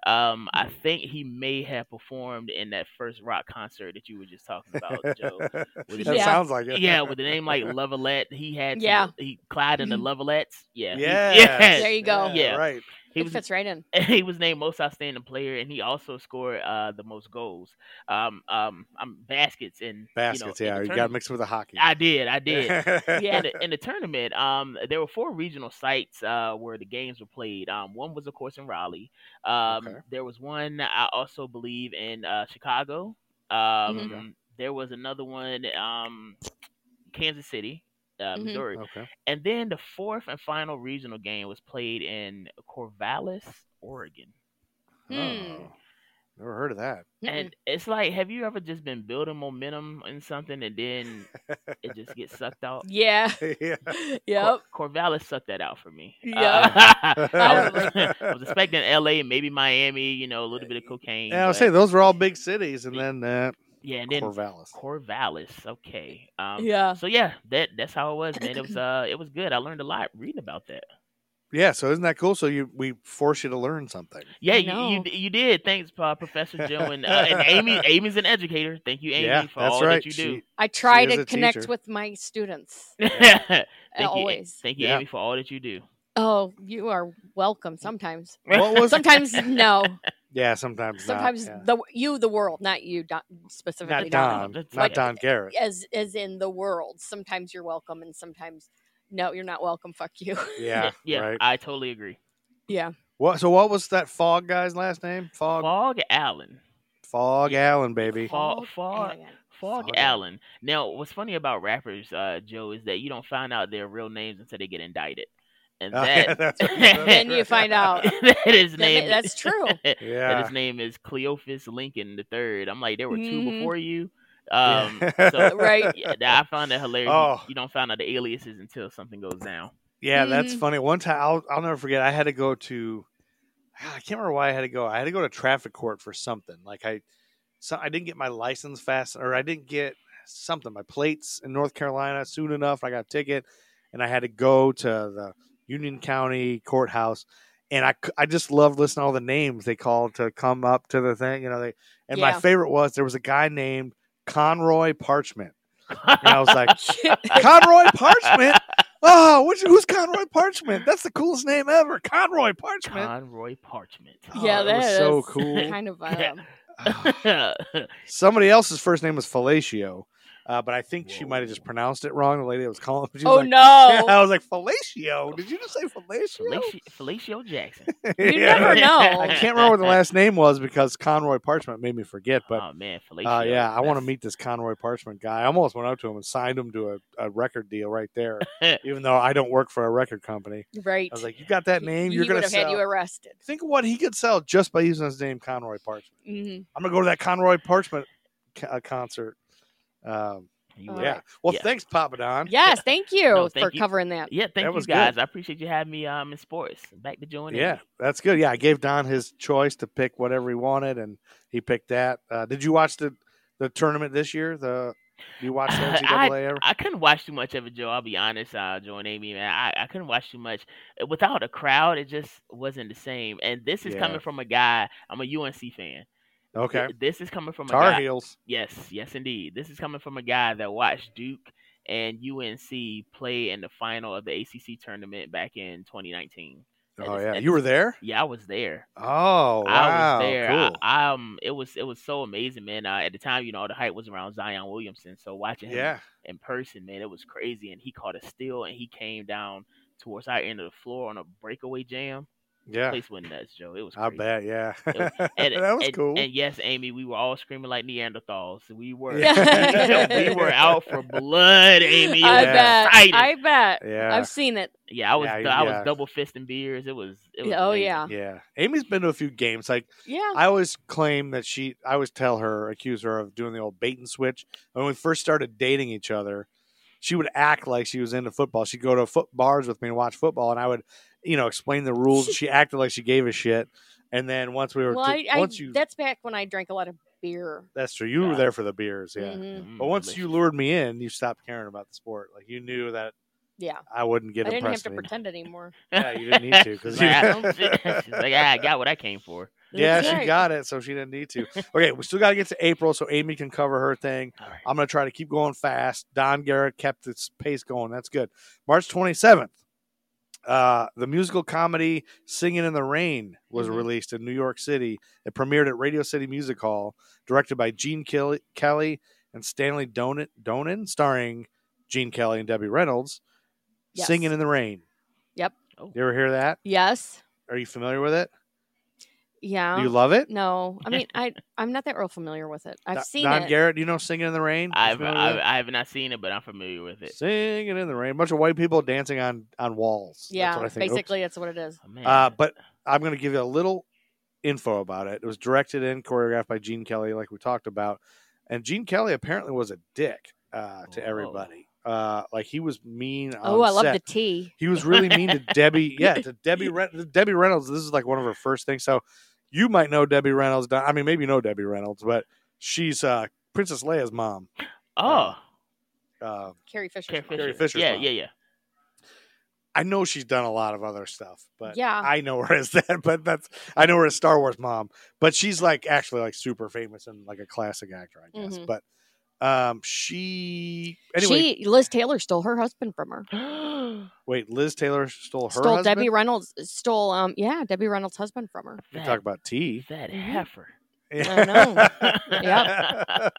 C: Um, I
B: Hmm.
C: think he may have performed in that first rock concert that you were just talking about, Joe.
B: that
C: With-
A: Yeah.
B: sounds like it.
C: yeah, with a name like Lovellette, he had some-
A: Yeah. Mm-hmm.
C: he Clyde and the Lovellettes. Yeah, he-
B: Yeah.
C: yes.
A: There you go.
C: Yeah.
B: Right.
C: He
A: it
C: was
A: fits right in.
C: he was named most outstanding player, and he also scored uh, the most goals, um, um, um baskets and
B: Baskets.
C: You know, in
B: yeah.
C: the
B: You got to
C: tournament.
B: mix it with the hockey.
C: I did, I did.
A: Yeah.
C: In the, in the tournament, um, there were four regional sites uh, where the games were played. Um, one was, of course, in Raleigh. Um,
B: Okay.
C: There was one, I also believe, in uh, Chicago. Um,
A: Mhm.
C: There was another one, um, Kansas City, uh,
A: Mhm.
C: Missouri.
B: Okay.
C: And then the fourth and final regional game was played in Corvallis, Oregon.
A: Hmm.
B: Oh, Never heard of that.
C: And it's like, have you ever just been building momentum in something and then it just gets sucked out?
A: yeah.
B: yeah.
A: Yep.
C: Cor- Corvallis sucked that out for me.
A: Yeah.
C: Uh, I, was, I was expecting L.A. and maybe Miami. You know, a little bit of cocaine.
B: Yeah, I was
C: but-
B: saying those were all big cities, and then uh,
C: yeah, and then
B: Corvallis.
C: Corvallis. Okay. Um,
A: yeah.
C: So yeah, that that's how it was, man. It was uh, it was good. I learned a lot reading about that.
B: Yeah, so isn't that cool? So you we force you to learn something.
C: Yeah,
A: I
C: you, you
A: know.
C: d- you did. Thanks, uh, Professor Joe and, uh, and Amy. Amy's an educator. Thank you, Amy,
B: yeah,
C: for
B: that's
C: all
B: right.
C: that you do.
B: She-
A: I try
B: is
A: to
B: a
A: connect
B: teacher.
A: with my students
C: thank you,
A: always.
C: Thank you,
B: Yeah.
C: Amy, for all that you do.
A: Oh, you are welcome. Sometimes,
B: What was-
A: sometimes no.
B: yeah, sometimes. not,
A: Sometimes
B: yeah.
A: the you, the world, not you, Don, specifically
B: not
A: Don.
B: Don,
C: That's
B: not
C: like-
B: Don Garrett.
A: As as in the world, sometimes you're welcome, and sometimes no, you're not welcome. Fuck you.
B: Yeah,
C: yeah,
B: right.
C: I totally agree.
A: yeah.
B: What? So what was that Fog guy's last name? Fog. Fog,
C: Fog Allen.
B: Allen, baby.
C: Fog- fog-
A: Allen.
C: Fog
B: Fog
C: Allen. Now, what's funny about rappers, uh, Joe, is that you don't find out their real names until they get indicted, and
B: Oh,
C: that
B: yeah, that's right,
C: Then
B: that's
A: you
B: right.
A: find out.
C: that his
A: That ma-
C: name.
A: that's true.
C: that
B: Yeah.
C: his name is Cleophas Lincoln the Third. I'm like, there were 2
A: Mhm.
C: before you.
B: Yeah.
C: Um, so
A: Right.
C: yeah, that- I found that hilarious. You-
B: Oh.
C: You don't find out the aliases until something goes down.
B: Yeah, that's
A: Mhm.
B: funny. One time, I'll, I'll never forget. I had to go to, ah, I can't remember why I had to go. I had to go to traffic court for something. Like I, so I didn't get my license fast, or I didn't get something. My plates in North Carolina soon enough. I got a ticket, and I had to go to the Union County courthouse. And I, cou- I just loved listening to all the names they called to come up to the thing. You know, they and
A: Yeah.
B: my favorite was there was a guy named Conroy Parchment, and I was like. Conroy Parchment. Oh, which, who's Conroy Parchment? That's the coolest name ever, Conroy Parchment.
C: Conroy Parchment.
B: Oh,
A: yeah,
B: that
A: that
B: was
A: is
B: so cool.
A: Kind of uh,
B: Oh, Somebody else's first name was Fallatio, uh, but I think she might have just
C: Whoa.
B: pronounced it wrong. The lady that was calling. She was
A: oh
B: like,
A: no,
B: Yeah, I was like Fallatio. Did you just say Fallatio?
C: Felatio, Felatio Jackson.
A: you never know.
B: I can't remember what the last name was because Conroy Parchment made me forget. But
C: oh man, Felatio.
B: uh, yeah, I want to
C: that's-
B: meet this Conroy Parchment guy. I almost went up to him and signed him to a, a record deal right there, even though I don't work for a record company.
A: right?
B: I was like, you got that name? You're
A: he
B: gonna
A: would have
B: sell.
A: had you arrested.
B: Think of what he could sell just by using his name, Conroy Parchment.
A: Mhm.
B: I'm gonna go to that Conroy Parchment co- uh, concert. Um,
C: You
A: All
C: were-
B: yeah.
A: right.
B: Well,
C: Yeah.
B: thanks, Papa Don.
A: Yes, thank you
C: No, thank
A: for
C: you.
A: covering that.
C: Yeah, thank
B: That
C: you
B: was good.
C: guys. I appreciate you having me um in sports. Back to join in.
B: Yeah, that's good. Yeah, I gave Don his choice to pick whatever he wanted, and he picked that. Uh, did you watch the the tournament this year? The you watched the NCAA ever?
C: I couldn't watch too much of it, Joe. I'll be honest, uh, Joe and Amy, man. I, I couldn't watch too much. Uh, Without a crowd, it just wasn't the same. And this is
B: Yeah.
C: coming from a guy, I'm a UNC fan.
B: Okay,
C: Th- This is coming from a
B: Tar
C: guy.
B: Heels.
C: Yes, yes, indeed. This is coming from a guy that watched Duke and UNC play in the final of the ACC tournament back in 2019. And
B: Oh
C: it's-
B: yeah,
C: and
B: you were there.
C: Yeah, I was there.
B: Oh wow,
C: I was there.
B: cool.
C: I, um, it was it was so amazing, man. Uh, at the time, you know, the hype was around Zion Williamson, so watching him
B: yeah,
C: in person, man. It was crazy. And he caught a steal and he came down towards our end of the floor on a breakaway jam.
B: yeah.
C: Place went nuts, Joe. It was
B: I
C: crazy.
B: bet. Yeah,
C: was- And,
B: that was
C: and-
B: cool.
C: And yes, Amy, we were all screaming like Neanderthals. We were.
A: Yeah.
C: we were out for blood, Amy. It
A: I
C: was
A: bet.
C: exciting.
A: I bet.
B: yeah,
A: I've seen it.
C: yeah, I was
B: Yeah,
C: I
B: yeah.
C: was double fisting beers. It was it was
A: Oh,
C: amazing.
A: yeah.
B: yeah. Amy's been to a few games. Like
A: Yeah.
B: I always claim that she, I always tell her, accuse her of doing the old bait and switch. When we first started dating each other, she would act like she was into football. She'd go to foot bars with me and watch football, and I would, you know, explain the rules. and she acted like she gave a shit. And then once we were,
A: Well, I,
B: to-
A: I,
B: once you,
A: that's back when I drank a lot of beer.
B: that's true. You
C: Yeah.
B: were there for the beers, yeah.
A: Mhm.
C: Mm,
B: But once you
C: delicious.
B: lured me in, you stopped caring about the sport. Like you knew that
A: Yeah.
B: I wouldn't get
A: I didn't have
B: impressed.
A: to
B: anymore.
A: pretend anymore.
B: Yeah, you didn't need to, 'cause
C: She's like,
B: you-
C: "Ah, she's like, "Ah, I got what I came for.
B: yeah,
A: That's
B: she
A: right.
B: got it, so she didn't need to. Okay, we still got to get to April, so Amy can cover her thing.
C: All right.
B: I'm going to try to keep going fast. Don Garrett kept its pace going. That's good. March 27th, uh, the musical comedy Singing in the Rain was
A: Mhm.
B: released in New York City. It premiered at Radio City Music Hall, directed by Gene Kelly, Kelly and Stanley Donen, Donen, starring Gene Kelly and Debbie Reynolds.
A: Yes.
B: Singing in the Rain.
A: Yep.
C: Oh.
B: You ever hear that?
A: Yes.
B: Are you familiar with it?
A: Yeah.
B: Do you love it?
A: no, I mean, I I'm not that real familiar with it. I've
B: Do-
A: seen
B: Don
A: it.
B: Garrett, do you know Singing in the Rain? You
C: I've,
B: familiar with
C: I've
B: it?
C: I have not seen it, but I'm familiar with it.
B: Singing in the rain. A bunch of white people dancing on on walls. That's
A: yeah,
B: what I think. Oops.
A: basically, that's what it is.
C: Oh, man.
B: Uh, but I'm going to give you a little info about it. It was directed and choreographed by Gene Kelly, like we talked about. And Gene Kelly apparently was a dick uh, to
C: Whoa.
B: everybody. Uh, like he was mean. On
A: Oh, I love
B: set.
A: the tea.
B: He was really mean to Debbie. Yeah, to Debbie. Re- Debbie Reynolds. This is like one of her first things. So you might know Debbie Reynolds. Don- I mean, maybe you know Debbie Reynolds, but she's uh, Princess Leia's mom.
C: Oh,
B: Uh,
A: Carrie Fisher.
C: Carrie Fisher.
B: Fisher's
C: yeah,
B: mom.
C: yeah, yeah.
B: I know she's done a lot of other stuff, but
A: yeah.
B: I know her as that. But that's I know her as Star Wars mom. But she's like actually like super famous and like a classic actor, I guess.
A: Mhm.
B: But um, she anyway.
A: she Liz Taylor stole her husband from her.
B: wait, Liz Taylor stole her.
A: stole
B: husband?
A: Debbie Reynolds. Stole um yeah Debbie Reynolds' husband from her.
B: We
C: that,
B: talk about Mm-hmm. tea.
C: that
A: Mhm.
C: heifer.
A: I know.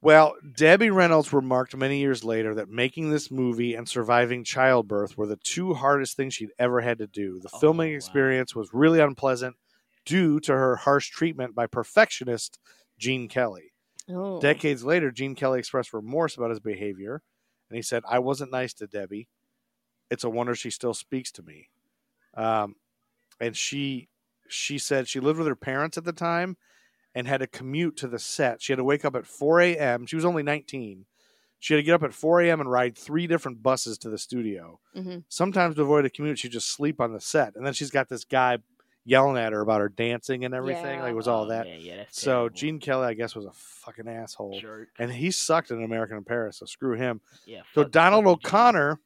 B: Well, Debbie Reynolds remarked many years later that making this movie and surviving childbirth were the two hardest things she'd ever had to do. The
C: Oh,
B: filming
C: wow.
B: experience was really unpleasant due to her harsh treatment by perfectionist Gene Kelly.
A: Oh.
B: Decades later, Gene Kelly expressed remorse about his behavior, and he said, I wasn't nice to Debbie. It's a wonder she still speaks to me. Um, and she she said she lived with her parents at the time and had to commute to the set. She had to wake up at 4 a.m. She was only 19. She had to get up at 4 a.m. and ride three different buses to the studio.
A: Mhm.
B: Sometimes to avoid a commute, she'd just sleep on the set. And then she's got this guy yelling at her about her dancing and everything.
A: Yeah.
B: Like it was all
C: Oh,
B: that.
C: man, yeah, that's
B: So
C: terrible.
B: Gene Kelly, I guess, was a fucking asshole,
C: Jerk.
B: and he sucked in American in Paris. So screw him.
C: Yeah,
B: So
C: fuck-
B: Donald
C: fuck Gene.
B: O'Connor,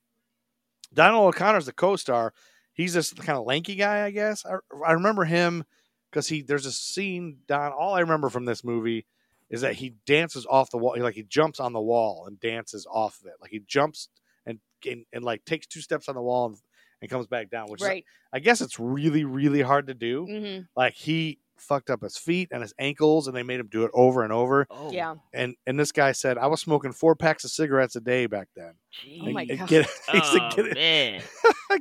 B: Donald O'Connor's the co-star. He's this kind of lanky guy, I guess. I, I remember him because he there's a scene. Don, all I remember from this movie is that he dances off the wall. He, like he jumps on the wall and dances off of it. Like he jumps and and, and like takes two steps on the wall and, and comes back down. Which is-
A: right.
B: I guess it's really really hard to do
A: hmm
B: like he fucked up his feet and his ankles and they made him do it over and over
C: Oh,
A: Yeah.
B: and and this guy said i was smoking four packs of cigarettes a day back then
A: Oh my
B: and, and
C: Jeez.
A: God.
B: get- he said
C: Oh,
B: getting,
C: man.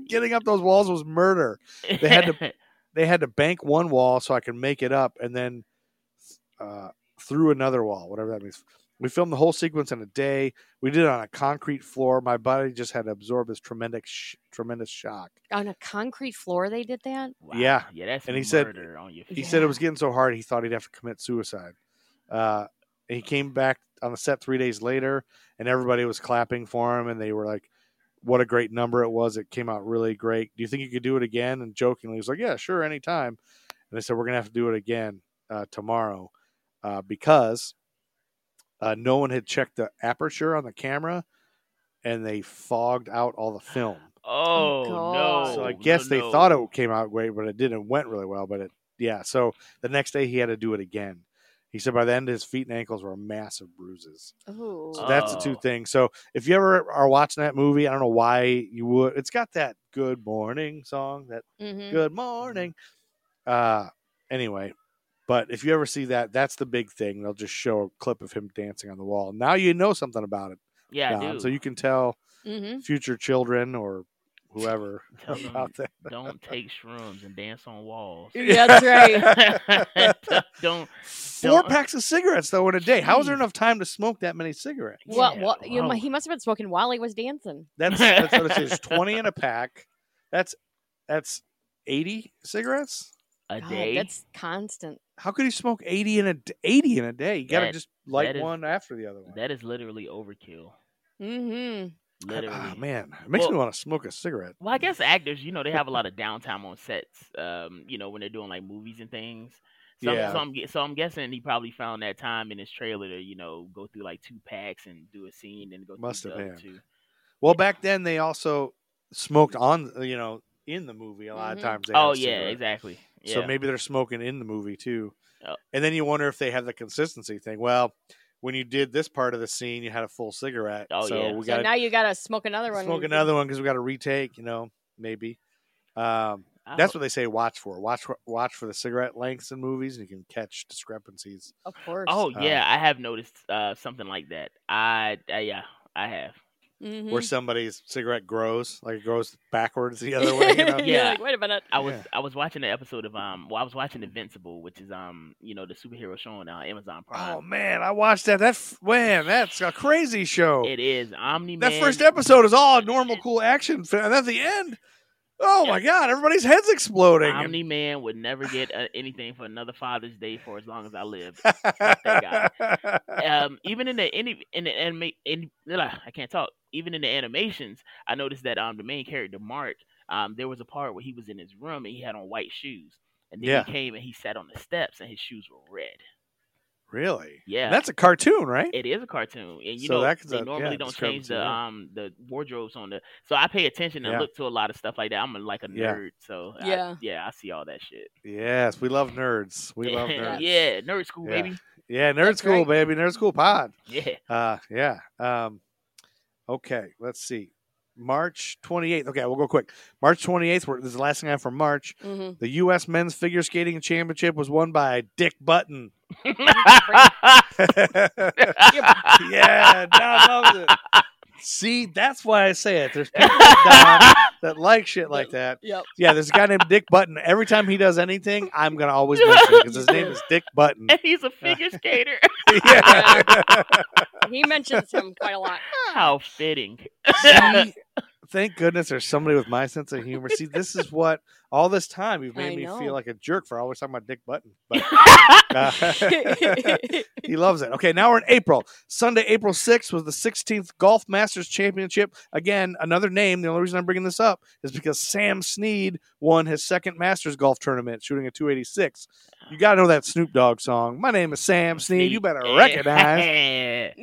B: getting up those walls was murder They had
C: to.
B: they had to bank one wall so i could make it up and then uh, through another wall whatever that means we filmed the whole sequence in a day we did it on a concrete floor my body just had to absorb this tremendous sh- tremendous shock
A: On a concrete floor, they did that.
B: Yeah.
C: Yeah, that's
B: And he said-
C: murder on your
B: He
C: face.
B: said it
A: Yeah.
B: was getting so hard he thought he'd have to commit suicide. Uh, he came back on the set three days later, and everybody was clapping for him, and they were like, "What a great number it was! It came out really great. Do you think you could do it again?" And jokingly, he was like, "Yeah, sure, anytime." And they said, "We're gonna have to do it again uh, tomorrow uh, because uh, no one had checked the aperture on the camera, and they fogged out all the film."
C: Oh,
A: God.
C: no.
B: So I
C: no,
B: guess they
C: no.
B: thought it came out great, but it didn't. It went really well, but it yeah. So the next day he had to do it again. He said by the end his feet and ankles were massive bruises.
A: Oh.
B: So that's the two
C: Oh.
B: things. So if you ever are watching that movie, I don't know why you would. It's got that "Good Morning" song, that
A: hmm
B: "Good Morning." Uh, anyway, but if you ever see that, that's the big thing. They'll just show a clip of him dancing on the wall. Now you know something about it,
C: Yeah, I
B: Don,
C: do.
B: so you can tell
A: hmm
B: future children or whoever
C: Tell them
B: about that.
C: don't take shrooms and dance on walls.
A: Yeah, that's
C: don't.
B: 4
C: Don't-
B: packs of cigarettes though in a day. How is there
C: Jeez.
B: enough time to smoke that many cigarettes?
A: Well,
C: Yeah, Oh,
A: well you mu-
C: wow.
A: he must have been smoking while he was dancing.
B: That's that's what it says. Twenty in a pack. That's that's eighty cigarettes.
C: A
A: God,
C: day.
A: that's constant.
B: How could he smoke eighty in a d- eighty in a day? You got to
C: That-
B: just light
C: that is-
B: one after the other one.
C: That is literally overkill.
A: hmm
C: Literally.
B: Ah, man, it makes me
C: Well-
B: want to smoke a cigarette.
C: Well, I guess actors, you know, they have a lot of downtime on sets. Um, you know, when they're doing like movies and things. So, I'm-
B: Yeah.
C: so I'm gue- so I'm guessing he probably found that time in his trailer to you know go through like two packs and do a scene and go
B: Must
C: through
B: have
C: the
B: been.
C: other two.
B: Well, back then they also smoked on, you know, in the movie. A lot
A: Mhm.
B: of times. They had
C: Oh
B: a
C: yeah,
B: cigarette.
C: exactly. Yeah.
B: So maybe they're smoking in the movie too.
C: Oh.
B: And then you wonder if they have the consistency thing. Well, when you did this part of the scene, you had a full cigarette.
C: Oh,
B: so
C: yeah.
B: we
A: So
B: got
A: now you gotta smoke another
B: to
A: one.
B: smoke another one because we got to retake, you know, maybe. Um,
C: I
B: that's
C: hope-
B: what they say watch for. Watch for- watch for the cigarette lengths in movies and you can catch discrepancies.
A: Of course.
C: Oh
B: Um,
C: yeah, I have noticed uh, something like that. I uh, yeah, I have.
A: Mhm.
B: Where somebody's cigarette grows, like it grows backwards the other way. You know?
A: You're
C: Yeah.
A: like, Wait a minute.
C: I was
B: Yeah.
C: I was watching the episode of um well I was watching Invincible, which is um you know the superhero show on uh, Amazon
B: Oh
C: Prime.
B: man, I watched that. That f- man, that's a crazy show.
C: it is Omni Man.
B: That first episode is all normal, cool action, fi- and at the end, Oh my God! Everybody's heads exploding.
C: Omni Man would never get uh, anything for another Father's Day for as long as I live. that Um, even in the any in the anime, in, ugh, I can't talk. Even in the animations, I noticed that um the main character Mark, um there was a part where he was in his room and he had on white shoes, and then
B: Yeah.
C: he came and he sat on the steps and his shoes were red.
B: really?
C: Yeah,
B: That's a cartoon, right?
C: it is a cartoon, and you
B: So
C: know
B: that could-
C: they
B: yeah,
C: normally don't
B: discrepancy,
C: change the
B: yeah.
C: um the wardrobes on the. So I pay attention and
B: Yeah.
C: look to a lot of stuff like that. I'm a, like a
B: Yeah.
C: nerd, so I-
A: Yeah.
C: yeah, I see all that shit.
B: Yes, we love nerds. We love nerds. Yeah,
C: yeah, nerd school,
B: Yeah.
C: baby.
B: nerd
A: That's
B: school,
A: right.
B: baby. Nerd school pod.
C: Yeah.
B: Uh, yeah. Um, okay, let's see. March 28th. Okay, we'll go quick. March 28th. We're, this is the last thing I have for March.
A: hmm
B: The U.S. Men's Figure Skating Championship was won by Dick Button. yeah, Don loves it. See, that's why I say it. There's people like Don that like shit like that.
A: Yep.
B: Yeah, there's a guy named Dick Button. Every time he does anything, I'm gonna always mention it because his name is Dick Button.
C: and he's a figure skater.
B: yeah.
A: He mentions him quite a lot.
C: How fitting.
B: See, thank goodness there's somebody with my sense of humor. See, this is what all this time you've made
A: I
B: me
A: know.
B: feel like a jerk for always talking about Dick Button. But uh, he loves it. Okay, now we're in April. Sunday, April 6th was the 16th Golf Masters Championship. Again, another name. The only reason I'm bringing this up is because Sam Snead won his second Masters golf tournament, shooting a 286. You got to know that Snoop Dogg song. My name is Sam Snead. You better recognize.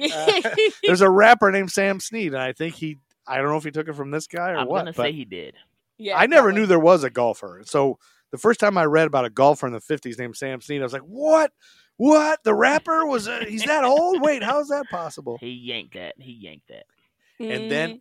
B: There's a rapper named Sam Snead, and I think he. I don't know if he took it from this guy or
C: I'm
B: what.
C: gonna
B: but
C: say he did.
A: yeah,
B: I never knew
A: probably.
B: there was a golfer. So the first time I read about a golfer in the fifties named Sam Snead, I was like, "What? What? The rapper was? Uh, he's that old? Wait, how is that possible?"
C: He yanked that. He yanked that.
B: And then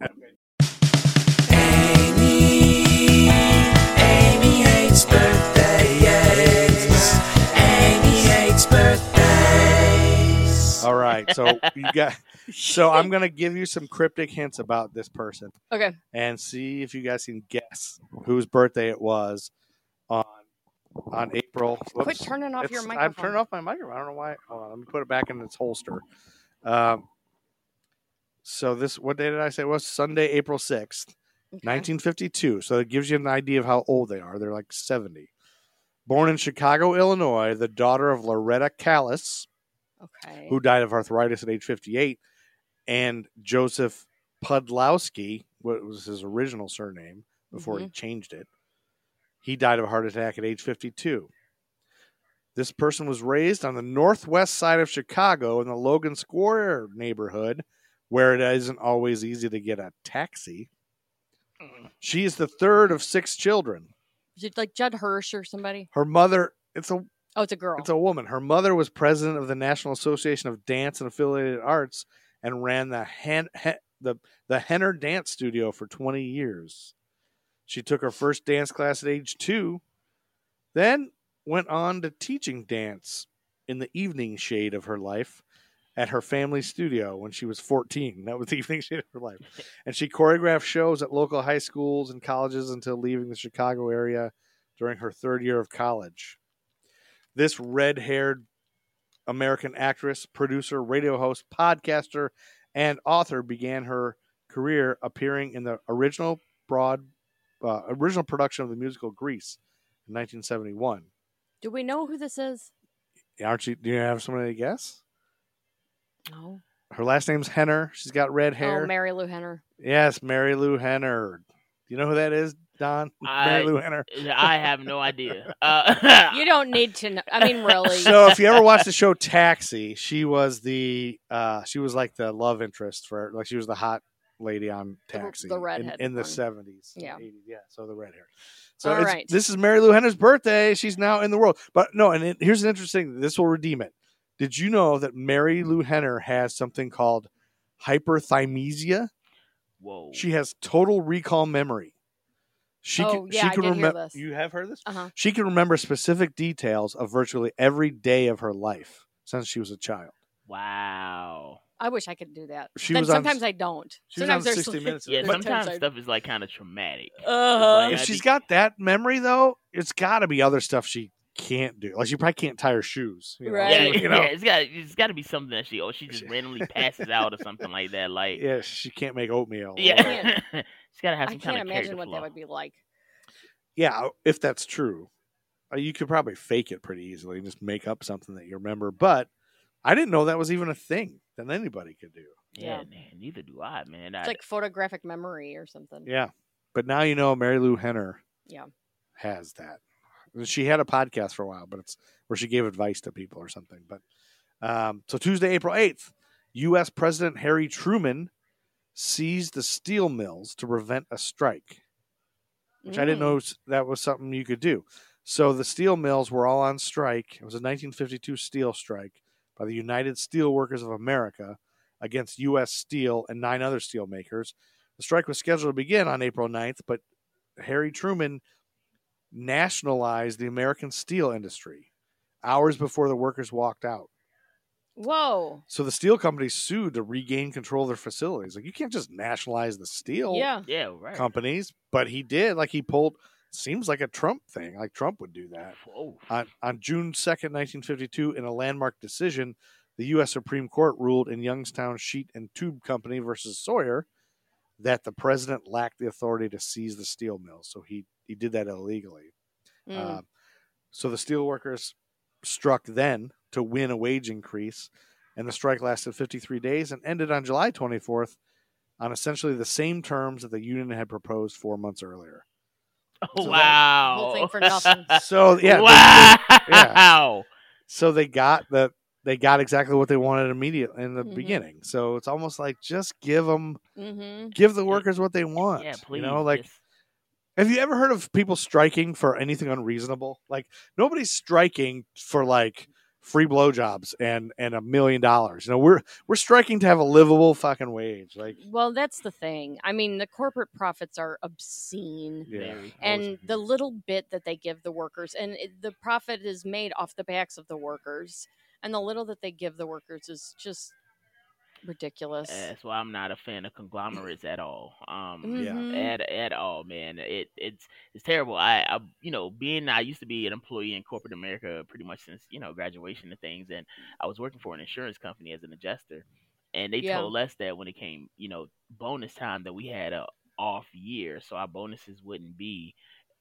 D: Amy hates birthdays. Amy hates birthdays.
B: all right, so you got.
A: Mm-hmm.
B: So I'm gonna give you some cryptic hints about this person
A: Okay.
B: and see if you guys can guess whose birthday it was on on April.
A: Quit
B: Whoops.
A: turning off your
B: It's-
A: microphone.
B: I'm turning off my microphone. I don't know why. Hold on, let me put it back in its holster. Um, so this, what day did I say it was? Sunday, April sixth,
A: Okay.
B: 1952. So it gives you an idea of how old they are. They're like 70. Born in Chicago, Illinois, the daughter of Loretta Callis,
A: Okay.
B: who died of arthritis at age 58, and Joseph Pudlowski, what was his original surname before
A: Mm-hmm.
B: he changed it. He died of a heart attack at age 52. This person was raised on the northwest side of Chicago in the Logan Square neighborhood, where it isn't always easy to get a taxi. She is the third of six children.
A: Is it like Judd Hirsch or somebody?
B: Her mother, it's a
A: Oh, it's a girl.
B: it's a woman. Her mother was president of the National Association of Dance and Affiliated Arts and ran the Han, he, the the Henner Dance Studio for 20 years. She took her first dance class at age 2, then went on to teaching dance in the evening shade of her life at her family studio when she was 14. That was the evening shade of her life. And she choreographed shows at local high schools and colleges until leaving the Chicago area during her third year of college this red haired American actress, producer, radio host, podcaster, and author began her career appearing in the original broad uh, original production of the musical Grease in 1971.
A: Do we know who this is?
B: Aren't you? Do you have somebody to guess?
A: No.
B: Her last name's Henner. She's got red hair.
A: Oh, Mary Lou Henner.
B: yes, Mary Lou Henner. Do you know who that is, Don?
C: I-
B: Mary Lou Henner.
C: I have no idea. Uh,
A: You don't need to know. I mean, really.
B: so if you ever watched the show Taxi, she was the uh she was like the love interest for like she was the hot lady on
A: The-
B: Taxi,
A: the
B: in-
A: redhead
B: in, the
A: one.
B: seventies,
A: Yeah.
B: yeah. So the red hair. So
A: All
B: it's-
A: right.
B: this is Mary Lou Henner's birthday. She's now in the world, but no. And it, here's an interesting. This will redeem it. Did you know that Mary Lou Henner has something called hyperthymesia?
C: whoa.
B: She has total recall memory. She
A: Oh, yeah, I did hear
B: remem-
A: this.
B: You have heard this.
A: Uh-huh.
B: She can remember specific details of virtually every day of her life since she was a child.
C: wow.
A: I wish I could do that.
B: She
A: then
B: was on-
A: sometimes I don't.
B: She
A: sometimes
B: was on
A: there's
B: 60 Minutes.
C: Yeah,
A: But-
C: sometimes
A: Sometimes I-
C: stuff is like kind of traumatic.
A: Uh-huh.
C: It's
B: if
C: I
B: she's
C: think-
B: got that memory though, it's got to be other stuff she can't do. Like she probably can't tie her shoes. you know?
C: Yeah,
A: Right.
B: You know?
C: yeah, it's got it's got to be something that she oh she just
B: She-
C: randomly passes out or something like that. Like
B: Yeah, she can't make oatmeal.
C: yeah,
A: I can't-
C: she's got to have
A: I
C: some
A: can't
C: kind of
A: imagine
C: character
A: what
C: flaw.
A: that would be like.
B: yeah, if that's true, uh, you could probably fake it pretty easily and just make up something that you remember. But I didn't know that was even a thing that anybody could do.
C: Yeah,
A: Yeah.
C: man. Neither do I, man. I,
A: It's like photographic memory or something.
B: Yeah. But now you know Mary Lou Henner
A: Yeah.
B: has that. And She had a podcast for a while, but it's where she gave advice to people or something. But um, so Tuesday, April 8th, U.S. President Harry Truman seized the steel mills to prevent a strike which I didn't
A: Mm.
B: know s- that was something you could do. So the steel mills were all on strike. It was a 1952 steel strike by the United Steelworkers of America against U.S. Steel and nine other steel makers. The strike was scheduled to begin on April 9th, but Harry Truman nationalized the American steel industry hours before the workers walked
A: Mm-hmm.
B: out.
A: Whoa.
B: So the steel companies sued to regain control of their facilities. Like you can't just nationalize the steel
A: Yeah.
C: yeah, right.
B: companies, but he did. Like he pulled. Seems like a Trump thing. Like Trump would do that.
C: Whoa.
B: On, on June second, nineteen fifty-two, in a landmark decision, the U.S. Supreme Court ruled in Youngstown Sheet and Tube Company versus Sawyer that the president lacked the authority to seize the steel mills. So he he did that illegally.
A: Mm.
B: Um, so the steelworkers struck then to win a wage increase, and the strike lasted 53 days and ended on July 24th on essentially the same terms that the union had proposed four months earlier.
C: Oh,
B: so that
C: wow.
A: whole thing for nothing.
B: So yeah, they-
C: wow.
B: so they got the they got exactly what they wanted immediately in the
C: Mm-hmm.
A: Mhm.
B: beginning. So it's almost like just give them
A: hmm
B: give the workers what they want.
C: Yeah, please.
B: You know, like
C: just-
B: Have you ever heard of people striking for anything unreasonable? Like nobody's striking for like free blowjobs and and a million dollars. You know, we're we're striking to have a livable fucking wage. Like
A: Well, that's the thing. I mean, the corporate profits are obscene.
B: yeah,
C: Very.
B: I was-
A: And the little bit that they give the workers, and it, the profit is made off the backs of the workers, and the little that they give the workers is just ridiculous.
C: uh, that's why I'm not a fan of conglomerates at all. Um,
B: Eh, mm, yeah. Eh,
A: Mhm.
C: at at all, man. It it's it's terrible. I, I you know being I used to be an employee in corporate America pretty much since you know graduation and things, and I was working for an insurance company as an adjuster, and they
A: Yeah.
C: told us that when it came you know bonus time that we had a off year, so our bonuses wouldn't be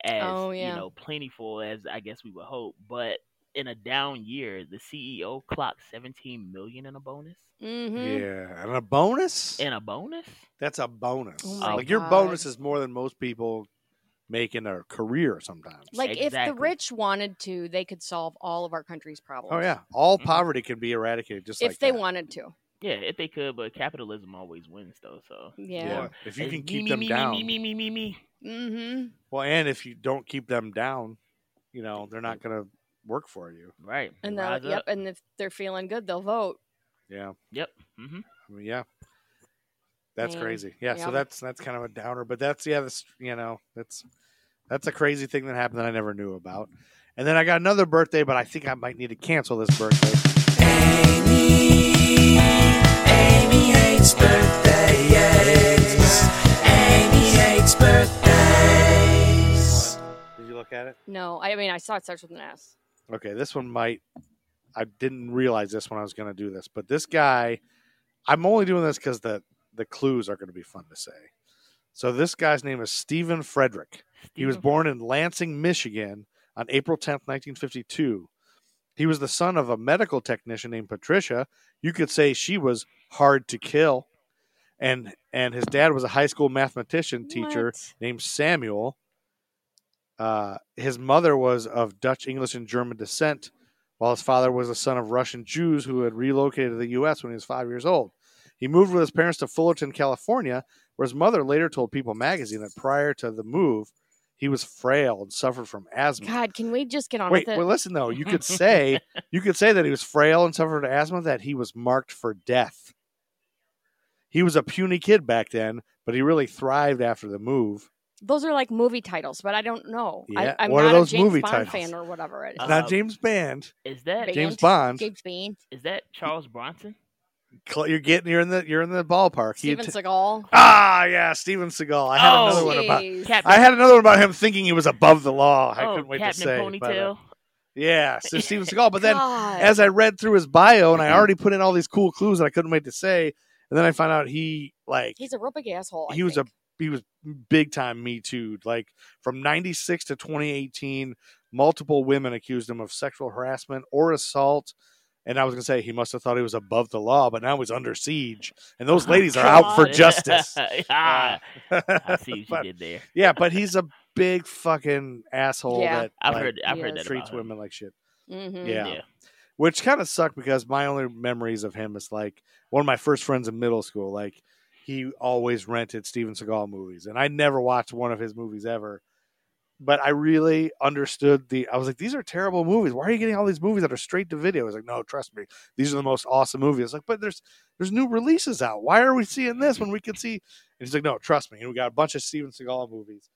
C: as
A: Oh,
C: you
A: yeah.
C: know plentiful as I guess we would hope, but. In a down year, the CEO clocked 17 million in a bonus.
A: Mhm.
B: yeah, and a bonus.
C: In a bonus?
B: That's a bonus.
A: Oh
C: my
B: like your
A: God.
B: bonus is more than most people make in their career sometimes.
A: Like if
C: Exactly.
A: the rich wanted to, they could solve all of our country's problems.
B: oh yeah, all
C: Mhm.
B: poverty can be eradicated just
A: if
B: like
A: they
B: that.
A: wanted to.
C: Yeah, if they could, but capitalism always wins though. So
A: Yeah.
B: If you
C: It's
B: can
C: me,
B: keep
C: me,
B: them
C: me, me,
B: down.
C: me, me, me, me, me.
A: Mm-hmm.
B: Well, and if you don't keep them down, you know, they're not going to work for you.
C: Right.
A: And they'll,
C: Rise
A: yep.
C: up.
A: And if they're feeling good, they'll vote.
B: Yeah.
C: Yep. hmm
B: I mean, yeah. That's
A: Man.
B: crazy. Yeah,
A: Yeah.
B: So that's that's kind of a downer, but that's yeah, this you know, that's that's a crazy thing that happened that I never knew about. And then I got another birthday, but I think I might need to cancel this birthday.
D: Amy, Amy hates birthdays. Amy hates birthdays.
B: Did you look at it?
A: No, I mean I saw it starts with an S.
B: Okay, this one might. I didn't realize this when I was going to do this, but this guy, I'm only doing this because the the clues are going to be fun to say. So this guy's name is Stephen Frederick. He was
C: Stephen-
B: born in Lansing, Michigan on April 10th, 1952. He was the son of a medical technician named Patricia. You could say she was hard to kill. And and his dad was a high school mathematician teacher
A: What?
B: named Samuel. Uh, his mother was of Dutch, English, and German descent, while his father was the son of Russian Jews who had relocated to the U.S. when he was five years old. He moved with his parents to Fullerton, California, where his mother later told People magazine that prior to the move, he was frail and suffered from asthma.
A: God, can we just get on
B: Wait,
A: with it?
B: well, listen though. You could say you could say that he was frail and suffered asthma. That he was marked for death. He was a puny kid back then, but he really thrived after the move.
A: Those are like movie titles, but I don't know.
B: Yeah,
A: I, I'm
B: what are
A: not
B: those
A: a James
B: movie
A: Bond
B: titles?
A: fan or whatever it is.
C: Uh,
B: Not James Band,
C: Is that
A: Big-
B: James
A: Band.
B: Bond.
A: James Bean,
C: is that Charles Bronson?
B: Cl- You're getting you're in the you're in the ballpark. He
A: Steven
B: att-
A: Seagal.
B: ah, yeah, Steven Seagal. I had
C: Oh.
B: another one about.
A: Jeez.
C: Cap-
B: I had another one about him thinking he was above the law. I couldn't wait
C: Oh, Captain
B: to say. but, uh,
C: Ponytail.
B: yeah, so Steven Seagal. But then,
A: God.
B: as I read through his bio, and I already put in all these cool clues, and I couldn't wait to say, and then I found out he like
A: he's a real big asshole. I
B: he was a
A: think.
B: he was big time Me Too. Like from '96 to 2018, multiple women accused him of sexual harassment or assault. And I was gonna say he must have thought he was above the law, but now he's under siege, and those ladies are out for
C: Oh God.
B: justice.
C: Ah, I see what you
B: But-
C: did there.
B: yeah, but he's a big fucking asshole
A: Yeah.
B: that
C: I've
B: like,
C: heard. I've
A: he
C: heard
A: is.
C: that
B: treats
C: about him.
B: women like shit.
A: Mhm.
B: Yeah. which kind of sucked because my only memories of him is like one of my first friends in middle school. Like he always rented Steven Seagal movies, and I never watched one of his movies ever. But I really understood the. I was like, these are terrible movies. Why are you getting all these movies that are straight to video? He's like, no, trust me, these are the most awesome movies. I was like, but there's there's new releases out. Why are we seeing this when we could see? And he's like, no, trust me. And we got a bunch of Steven Seagal movies.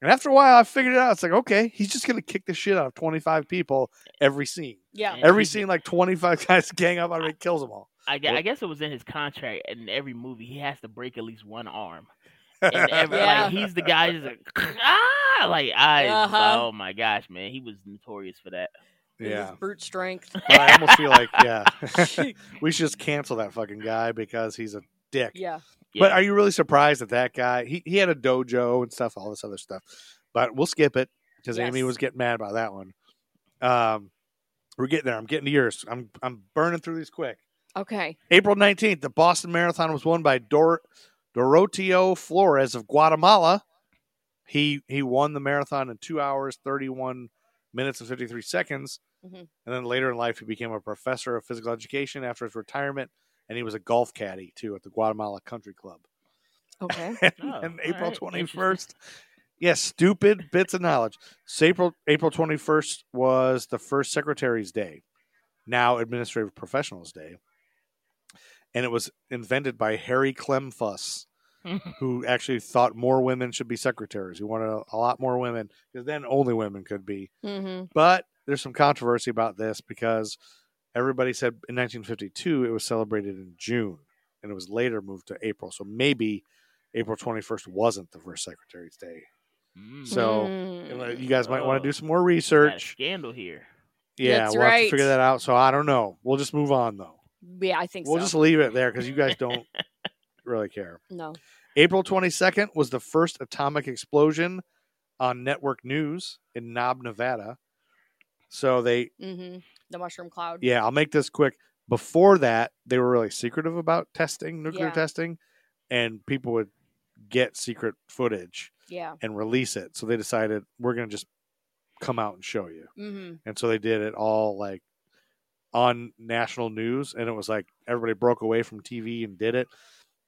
B: And after a while, I figured it out. It's like, okay, he's just gonna kick the shit out of 25 people every scene.
A: Yeah.
C: And
B: Every
C: he-
B: scene, like 25 guys gang up on him and kills them all.
C: I, gue- I
B: Well-
C: guess it was in his contract, and in every movie he has to break at least one arm. And every,
A: Yeah.
C: like he's the guy that's like ah, like I. was like,
A: Uh-huh.
C: Oh my gosh, man, he was notorious for that.
A: It
B: yeah.
A: was brute strength.
B: But I almost feel like, yeah, we should just cancel that fucking guy because he's a dick.
A: yeah.
B: But
C: Yeah.
B: are you really surprised that that guy, he, he had a dojo and stuff, all this other stuff. But we'll skip it because Amy
A: Yes.
B: was getting mad about that one. Um, we're getting there. I'm getting to yours. I'm, I'm burning through these quick.
A: Okay.
B: April 19th, the Boston Marathon was won by Dor- Doroteo Flores of Guatemala. He he won the marathon in 2 hours 31 minutes and 53 seconds.
A: Mhm.
B: And then later in life he became a professor of physical education after his retirement and he was a golf caddy too at the Guatemala Country Club.
A: Okay.
B: and
C: Oh,
B: and
C: all
B: April
C: right.
B: 21st. Yes, stupid bits of knowledge. So April April 21st was the first Secretary's Day, now Administrative Professionals Day. And it was invented by Harry Clemfuss, who actually thought more women should be secretaries. He wanted a, a lot more women because then only women could be.
A: hmm
B: But there's some controversy about this because everybody said in 1952 it was celebrated in June and it was later moved to April. So maybe April 21st wasn't the first Secretary's Day.
C: Mm.
B: So
A: Mm.
B: You guys might want
C: Oh.
B: to do some more
C: We got a
B: research.
C: scandal here.
B: Yeah,
A: That's
B: we'll have to
A: right.
B: figure that out. So I don't know. We'll just move on though.
A: yeah, I think
B: We'll
A: so.
B: just leave it there because you guys don't really care.
A: no.
B: April 22nd was the first atomic explosion on network news in Nob, Nevada. So they
A: hmm The mushroom cloud.
B: Yeah, I'll make this quick. Before that, they were really secretive about testing, nuclear
A: Yeah.
B: testing, and people would get secret footage
A: Yeah.
B: and release it. So they decided we're going to just come out and show you.
A: hmm
B: And so they did it all like on national news and it was like everybody broke away from TV and did it.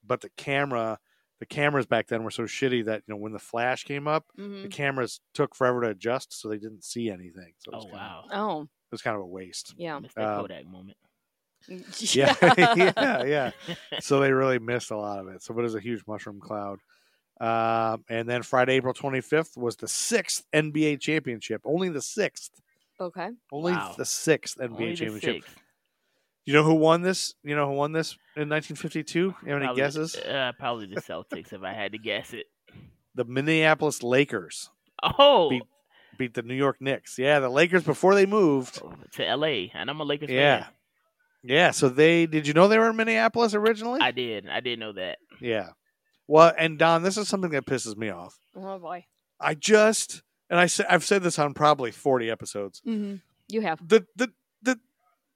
B: But the camera, the cameras back then were so shitty that you know when the flash came up,
A: hmm
B: the cameras took forever to adjust so they didn't see anything. So it was
C: Oh
B: kind of,
C: wow,
A: Oh,
B: it was kind of a waste.
A: yeah.
C: missed that
B: Um,
C: Kodak moment.
B: Yeah. yeah, yeah. so they really missed a lot of it. So it is a huge mushroom cloud. Um, and then Friday, April 25th was the sixth NBA championship. Only the sixth.
A: Okay.
B: Only
C: Wow.
B: the sixth NBA
C: Only the
B: championship.
C: sixth.
B: You know who won this? You know who won this in 1952? You have any
C: Probably-
B: guesses?
C: Uh, probably the Celtics, if I had to guess it.
B: The Minneapolis Lakers
C: Oh,
B: Beat- beat the New York Knicks. Yeah, the Lakers before they moved.
C: to L.A. and I'm a Lakers
B: Yeah.
C: fan.
B: Yeah, so they did you know they were in Minneapolis originally?
C: I did. I did know that.
B: yeah. Well, and Don, this is something that pisses me off.
A: Oh boy.
B: I just and I said I've said this on probably 40 episodes.
A: hmm You have.
B: the the the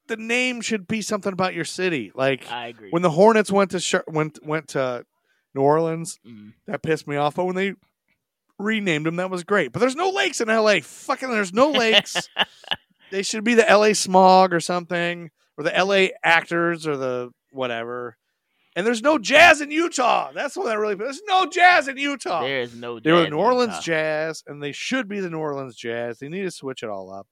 B: the name should be something about your city. Like
C: I agree.
B: when the Hornets went to Sh- went went to New Orleans,
C: Mm.
B: that pissed me off. But when they renamed them, that was great. But there's no lakes in L.A. Fucking, there's no lakes. they should be the L.A. Smog or something, or the L.A. Actors or the whatever. And there's no jazz in Utah. That's what that really. There's no jazz in Utah.
C: There is no.
B: they were
C: jazz
B: New
C: in
B: Orleans
C: Utah.
B: Jazz, and they should be the New Orleans Jazz. They need to switch it all up.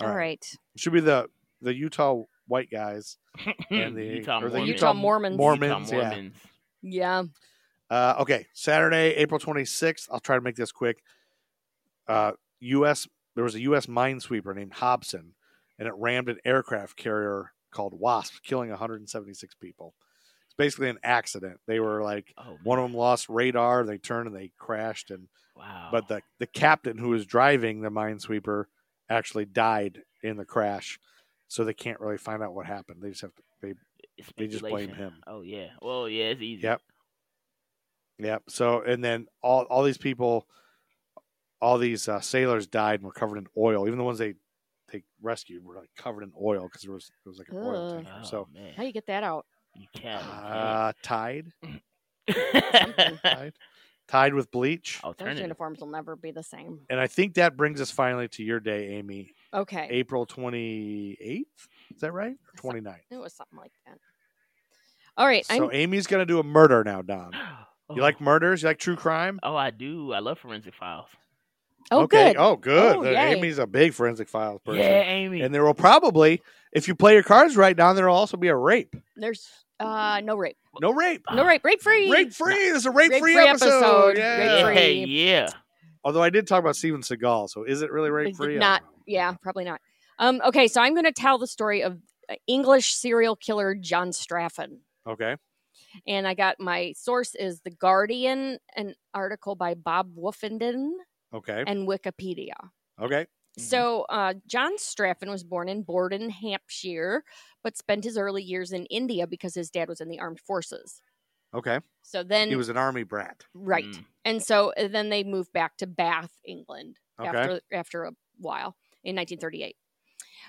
A: All right.
B: should be the the Utah white guys and the
C: Utah
B: or the
C: Mormons.
A: Utah Mormons.
B: Mormons,
C: Utah
B: yeah.
C: Mormons.
A: Yeah.
B: Uh, okay, Saturday, April twenty sixth. I'll try to make this quick. Uh, U.S. There was a U.S. minesweeper named Hobson, and it rammed an aircraft carrier called Wasp, killing one hundred and seventy six people. It's basically an accident. They were like
C: Oh,
B: one of them lost radar. They turned and they crashed, and
C: wow.
B: but the the captain who was driving the minesweeper actually died in the crash. So they can't really find out what happened. They just have to they
C: It's
B: they just blame
C: speculation.
B: him.
C: Oh yeah. Well yeah, it's easy.
B: Yep. Yep. So and then all all these people, all these uh, sailors died and were covered in oil. Even the ones they they rescued were like covered in oil because there was it was like an oil
A: Ugh.
B: tanker. so
C: Oh, man,
A: How do you get that out?
C: you can't.
B: uh, tide,
C: okay.
B: tide, tide with bleach.
A: Those
C: Alternative.
A: uniforms will never be the same.
B: And I think that brings us finally to your day, Amy.
A: Okay.
B: April 28th. Is that right? Or 29th.
A: It was something like that. All right. I'm,
B: So Amy's going to do a murder now, Don.
C: Oh.
B: You like murders? You like true crime?
C: Oh, I do. I love forensic files.
A: oh,
B: okay.
A: good.
B: Oh, good.
A: Oh,
B: Then
A: yay.
B: Amy's a big forensic files person.
C: Yeah, Amy.
B: And there will probably, if you play your cards right, Don, there will also be a rape.
A: There's uh, no rape.
B: No rape.
A: No rape. Rape free.
B: Rape free. This is a rape free
A: Rape-free
B: episode.
A: episode.
B: Yeah.
C: yeah,
A: Rape-free.
C: yeah.
B: Although I did talk about Steven Seagal, so is it really rape
A: Did
B: free?
A: not- Yeah, probably not. Um, okay, so I'm going to tell the story of uh, English serial killer John Straffen.
B: Okay.
A: And I got my source is The Guardian, an article by Bob Woofenden
B: Okay.
A: and
B: Mm-hmm.
A: Wikipedia.
B: Okay.
A: So, uh, John Straffen was born in Borden, Hampshire, but spent his early years in India because his dad was in the armed forces.
B: Okay.
A: So then,
B: He was an army brat.
A: right.
C: Mm.
A: And so uh, then they moved back to Bath, England
B: Okay.
A: after after a while in 1938.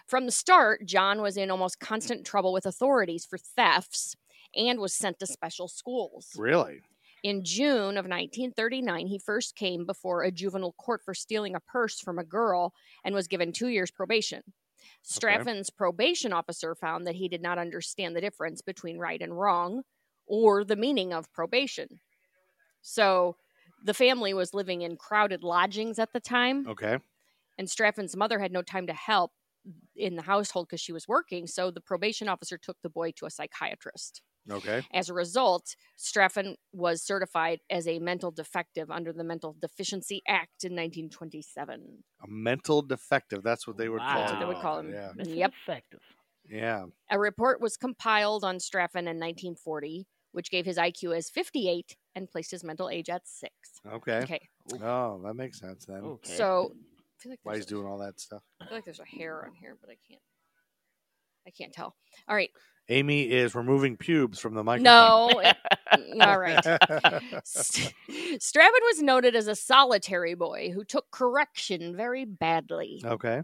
A: From the start, John was in almost constant trouble with authorities for thefts and was sent to special schools.
B: Really?
A: In June of 1939, he first came before a juvenile court for stealing a purse from a girl and was given 2 years probation. Straffen's probation officer found that he did not understand the difference between right and wrong or the meaning of probation. So the family was living in crowded lodgings at the time,
B: Okay.
A: and Straffin's mother had no time to help in the household because she was working. So the probation officer took the boy to a psychiatrist.
B: Okay.
A: As a result, Straffin was certified as a mental defective under the Mental Deficiency Act in 1927.
B: A mental defective. That's what they would call
A: That's what they would
B: it.
A: call him.
B: Yeah.
C: That's
A: Yep.
C: effective.
B: Yeah.
A: A report was compiled on Straffin in 1940, which gave his IQ as 58 and placed his mental age at six.
B: Okay.
A: Okay,
B: Oh, that makes sense then.
C: Okay.
A: so I feel like
B: Why
A: there's
B: he's
A: a-
B: doing all that stuff.
A: I feel like there's a hair on here, but I can't. I can't tell. All right,
B: Amy is removing pubes from the microphone.
A: no, it- all right. St- Strabon was noted as a solitary boy who took correction very badly.
B: okay.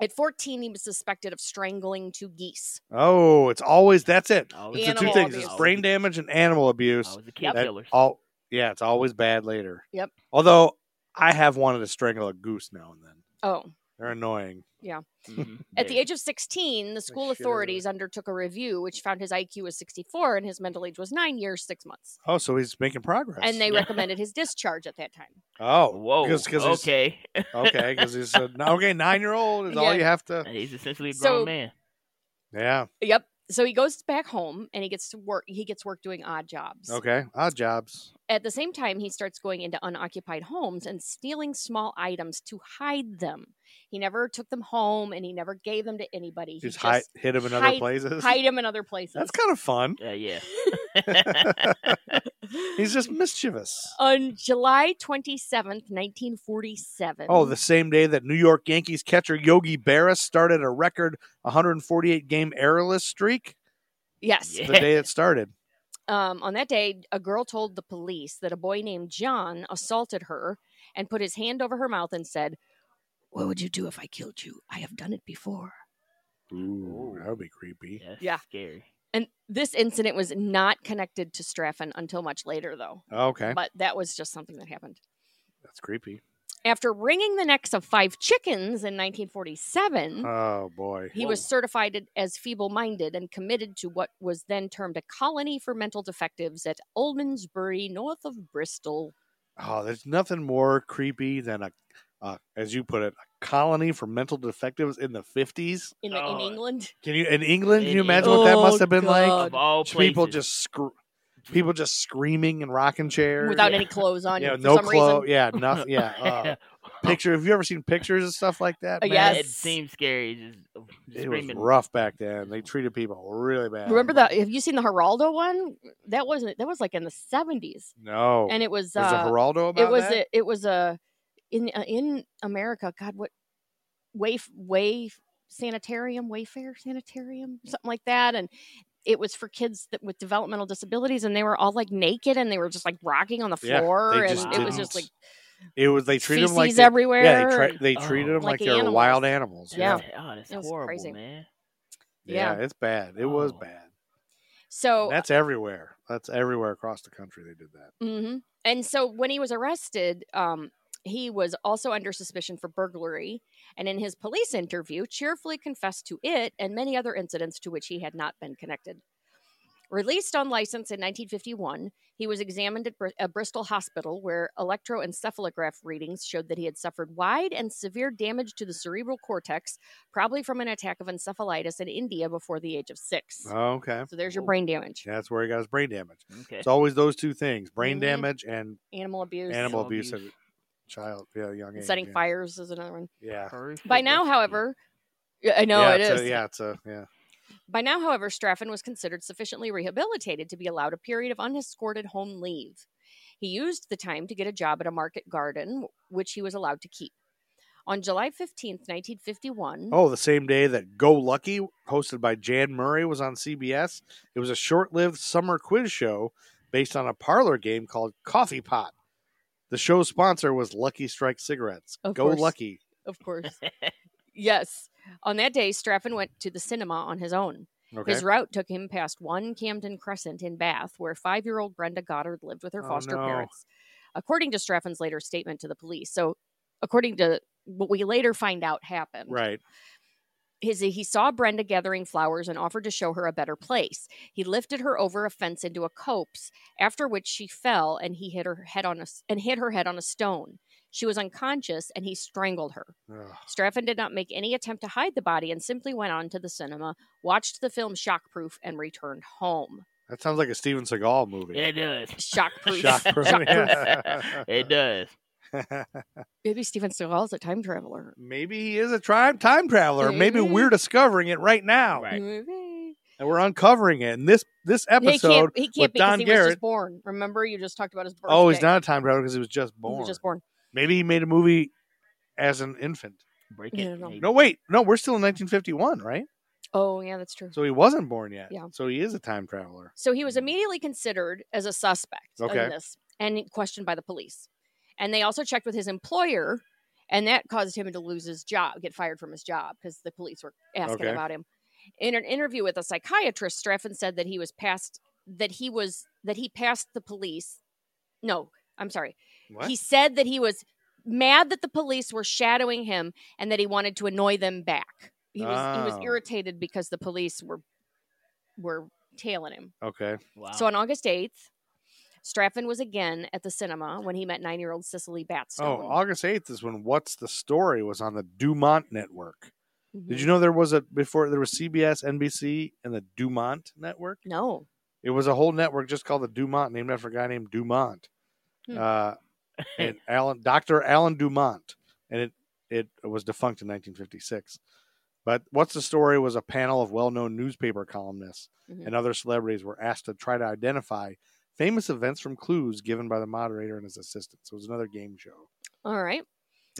A: At 14, he was suspected of strangling two geese.
B: Oh, it's always that's it.
C: Always
B: It's
C: a
B: the two
A: Animal
B: things:
A: abuse.
B: it's brain damage and animal
C: I
B: abuse.
C: was a kid
A: Yep.
B: That-
C: killer.
B: All yeah, it's always bad later.
A: Yep.
B: Although I have wanted to strangle a goose now and then.
A: Oh.
B: They're annoying.
C: Mhm.
A: Mm-hmm.
B: mm-hmm.
A: At the
C: Yeah.
A: age of 16, the school
B: shit out of
A: authorities undertook a review which found his IQ was 64 and his mental age was nine years, six months.
B: Oh, so he's making progress.
A: And they recommended his discharge at that time.
B: oh
C: Whoa.
B: because because he's-
C: okay.
B: okay because he's a, okay nine year old is all
A: Yeah.
B: you have to
C: He's essentially a grown
A: So-
C: man.
B: yeah
A: Yep. So he goes back home and he gets to work. He gets work doing odd jobs.
B: okay odd jobs
A: At the same time, he starts going into unoccupied homes and stealing small items to hide them. He never took them home and he never gave them to anybody. He
B: just, hide, hit him in other
A: hide-
B: places.
A: hide them in other places.
B: That's kind of fun.
C: Uh, yeah.
B: He's just mischievous.
A: On July 27th, 1947.
B: Oh, the same day that New York Yankees catcher Yogi Berra started a record 148 game errorless streak,
A: Yes.
B: the day it started.
A: Um, on that day, a girl told the police that a boy named John assaulted her and put his hand over her mouth and said, What would you do if I killed you? I have done it before.
B: Ooh, that would be creepy.
C: That's
A: Yeah.
C: Scary.
A: And this incident was not connected to Straffen until much later, though.
B: Okay,
A: But that was just something that happened.
B: that's creepy.
A: After wringing the necks of five chickens in 1947,
B: Oh boy.
A: Mm-hmm. he was certified as feeble minded and committed to what was then termed a colony for mental defectives at Almondsbury, north of Bristol.
B: Oh, there's nothing more creepy than a, uh, as you put it, a colony for mental defectives in the 50s.
A: In, the, in
C: Oh.
A: England?
B: Can you in England? Can
C: In
B: you imagine what that
A: England.
B: must have been
A: Oh,
B: like?
A: God.
C: Of all places.
B: People just scr- people just screaming and rocking chairs.
A: without
C: Yeah.
A: any clothes on.
B: yeah,
A: for
B: no
A: some
B: clothes.
A: Reason.
B: Yeah, nothing. Yeah, uh, picture. Have you ever seen pictures of stuff like that?
A: Oh. Uh,
B: man?
A: yes.
C: It seems scary. Just, uh, just
B: it was
C: screaming.
B: rough back then. They treated people really bad.
A: Remember that? Have you seen the Geraldo one? That wasn't. That was like in the seventies,
B: No,
A: and it was.
B: was
A: Uh,
B: Oh, a Geraldo about
A: it was.
B: that?
A: A, it was a in uh, in America. God, what way way sanitarium, Wayfair sanitarium, something like that, and it was for kids that, with developmental disabilities, and they were all like naked and they were just like rocking on the
B: Yeah, they
A: floor, and
B: just
A: it was
B: didn't
A: just like
B: It was they treated
A: feces
B: them like they,
A: everywhere.
B: yeah, they,
A: and-
B: tra- they
C: Oh.
B: treated them
A: Like
B: like, they were
A: animals.
B: wild animals.
A: Yeah.
C: That's- Oh, that's
A: It was
C: horrible,
A: crazy.
C: man.
B: yeah, it's bad. It was
C: Oh.
B: bad.
A: so Oh,
B: And that's everywhere. That's everywhere across the country. They did that.
A: hmm And so when he was arrested, um, he was also under suspicion for burglary and in his police interview cheerfully confessed to it and many other incidents to which he had not been connected. Released on license in 1951, he was examined at Br- a Bristol hospital where electroencephalograph readings showed that he had suffered wide and severe damage to the cerebral cortex, probably from an attack of encephalitis in India before the age of six.
B: Oh, okay,
A: So there's your
C: Whoa.
A: brain damage,
B: that's where he got his brain damage.
C: Okay.
B: It's
A: Eh.
B: always those two things: brain
A: Mhm.
B: damage and
A: animal abuse,
B: animal
C: Animal
B: abuse at
C: abuse.
B: child, yeah, young
A: and
B: age.
A: setting
B: yeah.
A: fires is another one.
B: Yeah.
C: Perfect.
A: By now,
C: That's-
A: however, Yeah, I know
B: yeah,
A: it
B: it's
A: is.
B: A, yeah, it's a yeah.
A: By now, however, Straffen was considered sufficiently rehabilitated to be allowed a period of unescorted home leave. He used the time to get a job at a market garden, which he was allowed to keep. On July 15th, 1951,
B: Oh, the same day that Go Lucky, hosted by Jan Murray, was on CBS. It was a short-lived summer quiz show based on a parlor game called Coffee Pot. The show's sponsor was Lucky Strike Cigarettes.
A: Of
B: Go
A: course.
B: Lucky.
A: of course. yes. On that day, Straffen went to the cinema on his own.
B: Okay.
A: His route took him past one Camden Crescent in Bath, where five year old Brenda Goddard lived with her
B: Oh,
A: foster
B: no.
A: parents, according to Straffan's later statement to the police. So, according to what we later find out happened,
B: Right.
A: his, he saw Brenda gathering flowers and offered to show her a better place. He lifted her over a fence into a copse, after which she fell and he hit her head on a, s- and hit her head on a stone. She was unconscious and he strangled her.
B: Ugh.
A: Straffen did not make any attempt to hide the body and simply went on to the cinema, watched the film Shockproof, and returned home.
B: That sounds like a Steven Seagal movie.
C: It does.
A: Shockproof.
B: Shockproof, yeah.
C: it does.
A: Maybe Steven Seagal's a time traveler.
B: Maybe he is a time time traveler. Maybe
A: Maybe.
B: we're discovering it right now,
C: Right.
A: Maybe.
B: and we're uncovering it. And this this
A: he can't,
B: episode,
A: he
B: with
A: can't because
B: Don
A: he was
B: Garrett-
A: just born. Remember, you just talked about his birthday.
B: oh, he's not a time traveler because he was just
A: He
B: born.
A: was just born.
B: Maybe he made a movie as an infant.
C: Break
A: Yeah,
C: it.
A: no.
C: Hey,
B: No, wait, no, we're still in 1951, right?
A: Oh, yeah, that's true.
B: So he wasn't born yet.
A: Yeah.
B: So he is a time traveler.
A: So he was immediately considered as a suspect
B: Okay.
A: in this and questioned by the police. And they also checked with his employer, and that caused him to lose his job, get fired from his job because the police were asking
B: Okay.
A: about him. In an interview with a psychiatrist, Straffen said that he was past that he was that he passed the police. No, I'm sorry.
B: What?
A: He said that he was mad that the police were shadowing him and that he wanted to annoy them back. He was he
B: Oh.
A: was irritated because the police were were tailing him.
B: okay.
C: Wow.
A: So on August 8th, Straffen was again at the cinema when he met nine year old Cicely Batstone.
B: Oh, August 8th is when What's the Story was on the Dumont Network.
A: Mhm.
B: Did you know there was a before there was CBS, NBC, and the Dumont Network?
A: No.
B: It was a whole network just called the Dumont, named after a guy named Dumont,
A: Hmm.
B: uh, and Alan Doctor Alan Dumont, and it it was defunct in 1956. But what's the story was a panel of well-known newspaper columnists
A: Mhm.
B: and other celebrities were asked to try to identify famous events from clues given by the moderator and his assistant. So it was another game show.
A: All right.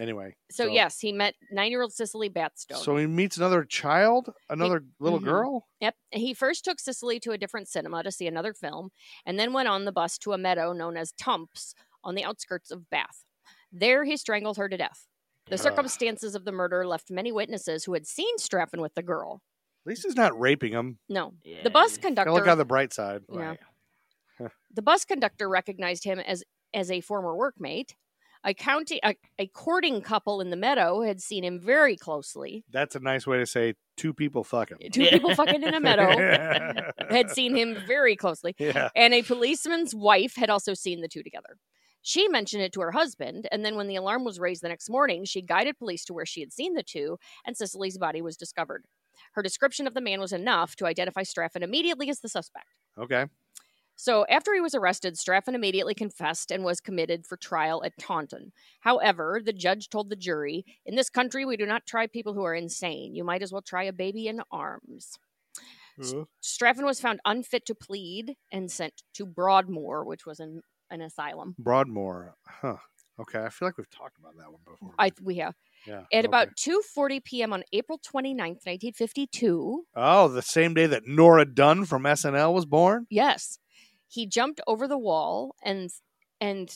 B: Anyway,
A: So,
B: So-
A: yes, he met nine year old Cicely Batstone.
B: so he meets another child, another little
A: Mhm.
B: girl.
A: yep. He first took Cicely to a different cinema to see another film and then went on the bus to a meadow known as Tumps on the outskirts of Bath. There he strangled her to death. The
B: Ugh.
A: circumstances of the murder left many witnesses who had seen Straffen with the girl.
B: At least he's not raping him.
A: No.
C: Yeah,
A: The bus
C: yeah.
B: Gotta
A: conductor
B: look on the bright side.
A: Yeah.
C: Right.
A: The bus conductor recognized him as as a former workmate. A county a, a courting couple in the meadow had seen him very closely.
B: That's a nice way to say two people fucking.
A: Two
C: Yeah.
A: people fucking in a meadow had seen him very closely.
B: Yeah.
A: And a policeman's wife had also seen the two together. She mentioned it to her husband, and then when the alarm was raised the next morning, she guided police to where she had seen the two, and Cicely's body was discovered. Her description of the man was enough to identify Straffen immediately as the suspect.
B: Okay.
A: So, after he was arrested, Straffen immediately confessed and was committed for trial at Taunton. However, the judge told the jury, In this country, we do not try people who are insane. You might as well try a baby in arms. Straffen was found unfit to plead and sent to Broadmoor, which was an, an asylum.
B: Broadmoor. Huh. Okay, I feel like we've talked about that one before.
A: I we have
B: yeah.
A: at about
B: okay.
A: 2:40 p.m. on April 29th, 1952.
B: oh, the same day that Nora Dunn from SNL was born.
A: Yes. He jumped over the wall and and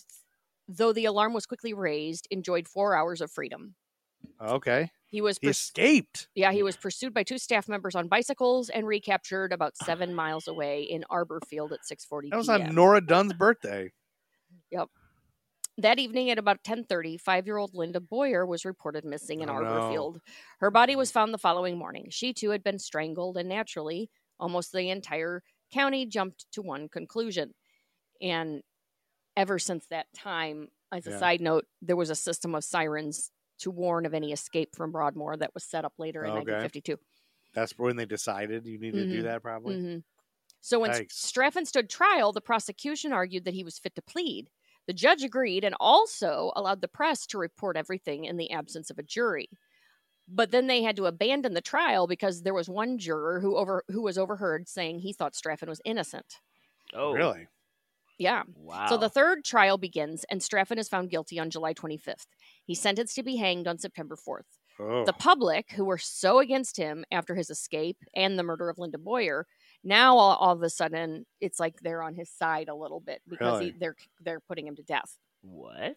A: though the alarm was quickly raised, enjoyed 4 hours of freedom.
B: Okay,
A: He was
B: he
A: pursued.
B: escaped.
A: Yeah, he was pursued by two staff members on bicycles and recaptured about seven miles away in Arbor Field at 6:40
B: Ah. That was
A: p.m.
B: on Nora Dunn's birthday.
A: that evening at about 10:30, five-year-old Linda Boyer was reported missing in
B: Oh,
A: Arbor
B: no. Mm.
A: Field. Her body was found the following morning. She too had been strangled, and naturally, almost the entire county jumped to one conclusion. And ever since that time, as a
B: Yeah.
A: side note, there was a system of sirens to warn of any escape from Broadmoor that was set up later in
B: Okay.
A: 1952.
B: That's when they decided you needed to do
A: Mhm.
B: that, probably.
A: hmm So when S-
B: Yikes.
A: Straffen stood trial, the prosecution argued that he was fit to plead. The judge agreed and also allowed the press to report everything in the absence of a jury. But then they had to abandon the trial because there was one juror who over who was overheard saying he thought Straffen was innocent.
C: Oh,
B: Really?
A: Yeah.
C: Wow.
A: So the third trial begins and Straffen is found guilty on July 25th. He's sentenced to be hanged on September 4th.
B: Oh,
A: The public, who were so against him after his escape and the murder of Linda Boyer, now all, all of a sudden it's like they're on his side a little bit because he,
B: Really?
A: they're they're putting him to death.
C: what?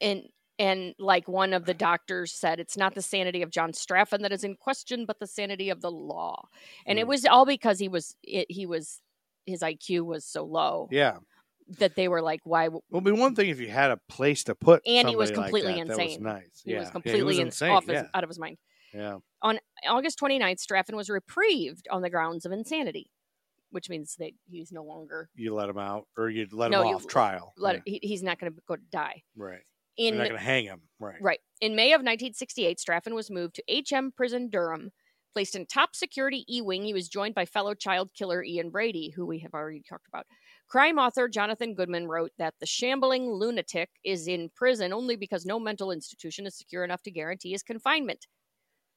A: And and like one of the doctors said, it's not the sanity of John Straffen that is in question, but the sanity of the law. And it
B: Hmm.
A: was all because he was it, he was his IQ was so low
B: yeah.
A: that they were like, why? w-
B: Well, it'd be one thing if you had a place to put.
A: And he was
B: somebody like
A: completely
B: that. That was
A: insane.
B: nice.
A: He
B: yeah.
A: was
B: Yeah,
A: completely in-
B: insane.
A: off his,
B: yeah.
A: out of his mind.
B: yeah.
A: August 29th, Straffen was reprieved on the grounds of insanity, which means that he's no longer
B: You let him out, or you'd let
A: No,
B: him
A: you
B: off trial.
A: let,
B: yeah.
A: he, he's not going to go to die.
B: Right.
A: In
B: You're not going to hang him. Right.
A: right in May of 1968, Straffen was moved to HM Prison Durham, placed in top security E wing. He was joined by fellow child killer Ian Brady, who we have already talked about. Crime author Jonathan Goodman wrote that the shambling lunatic is in prison only because no mental institution is secure enough to guarantee his confinement.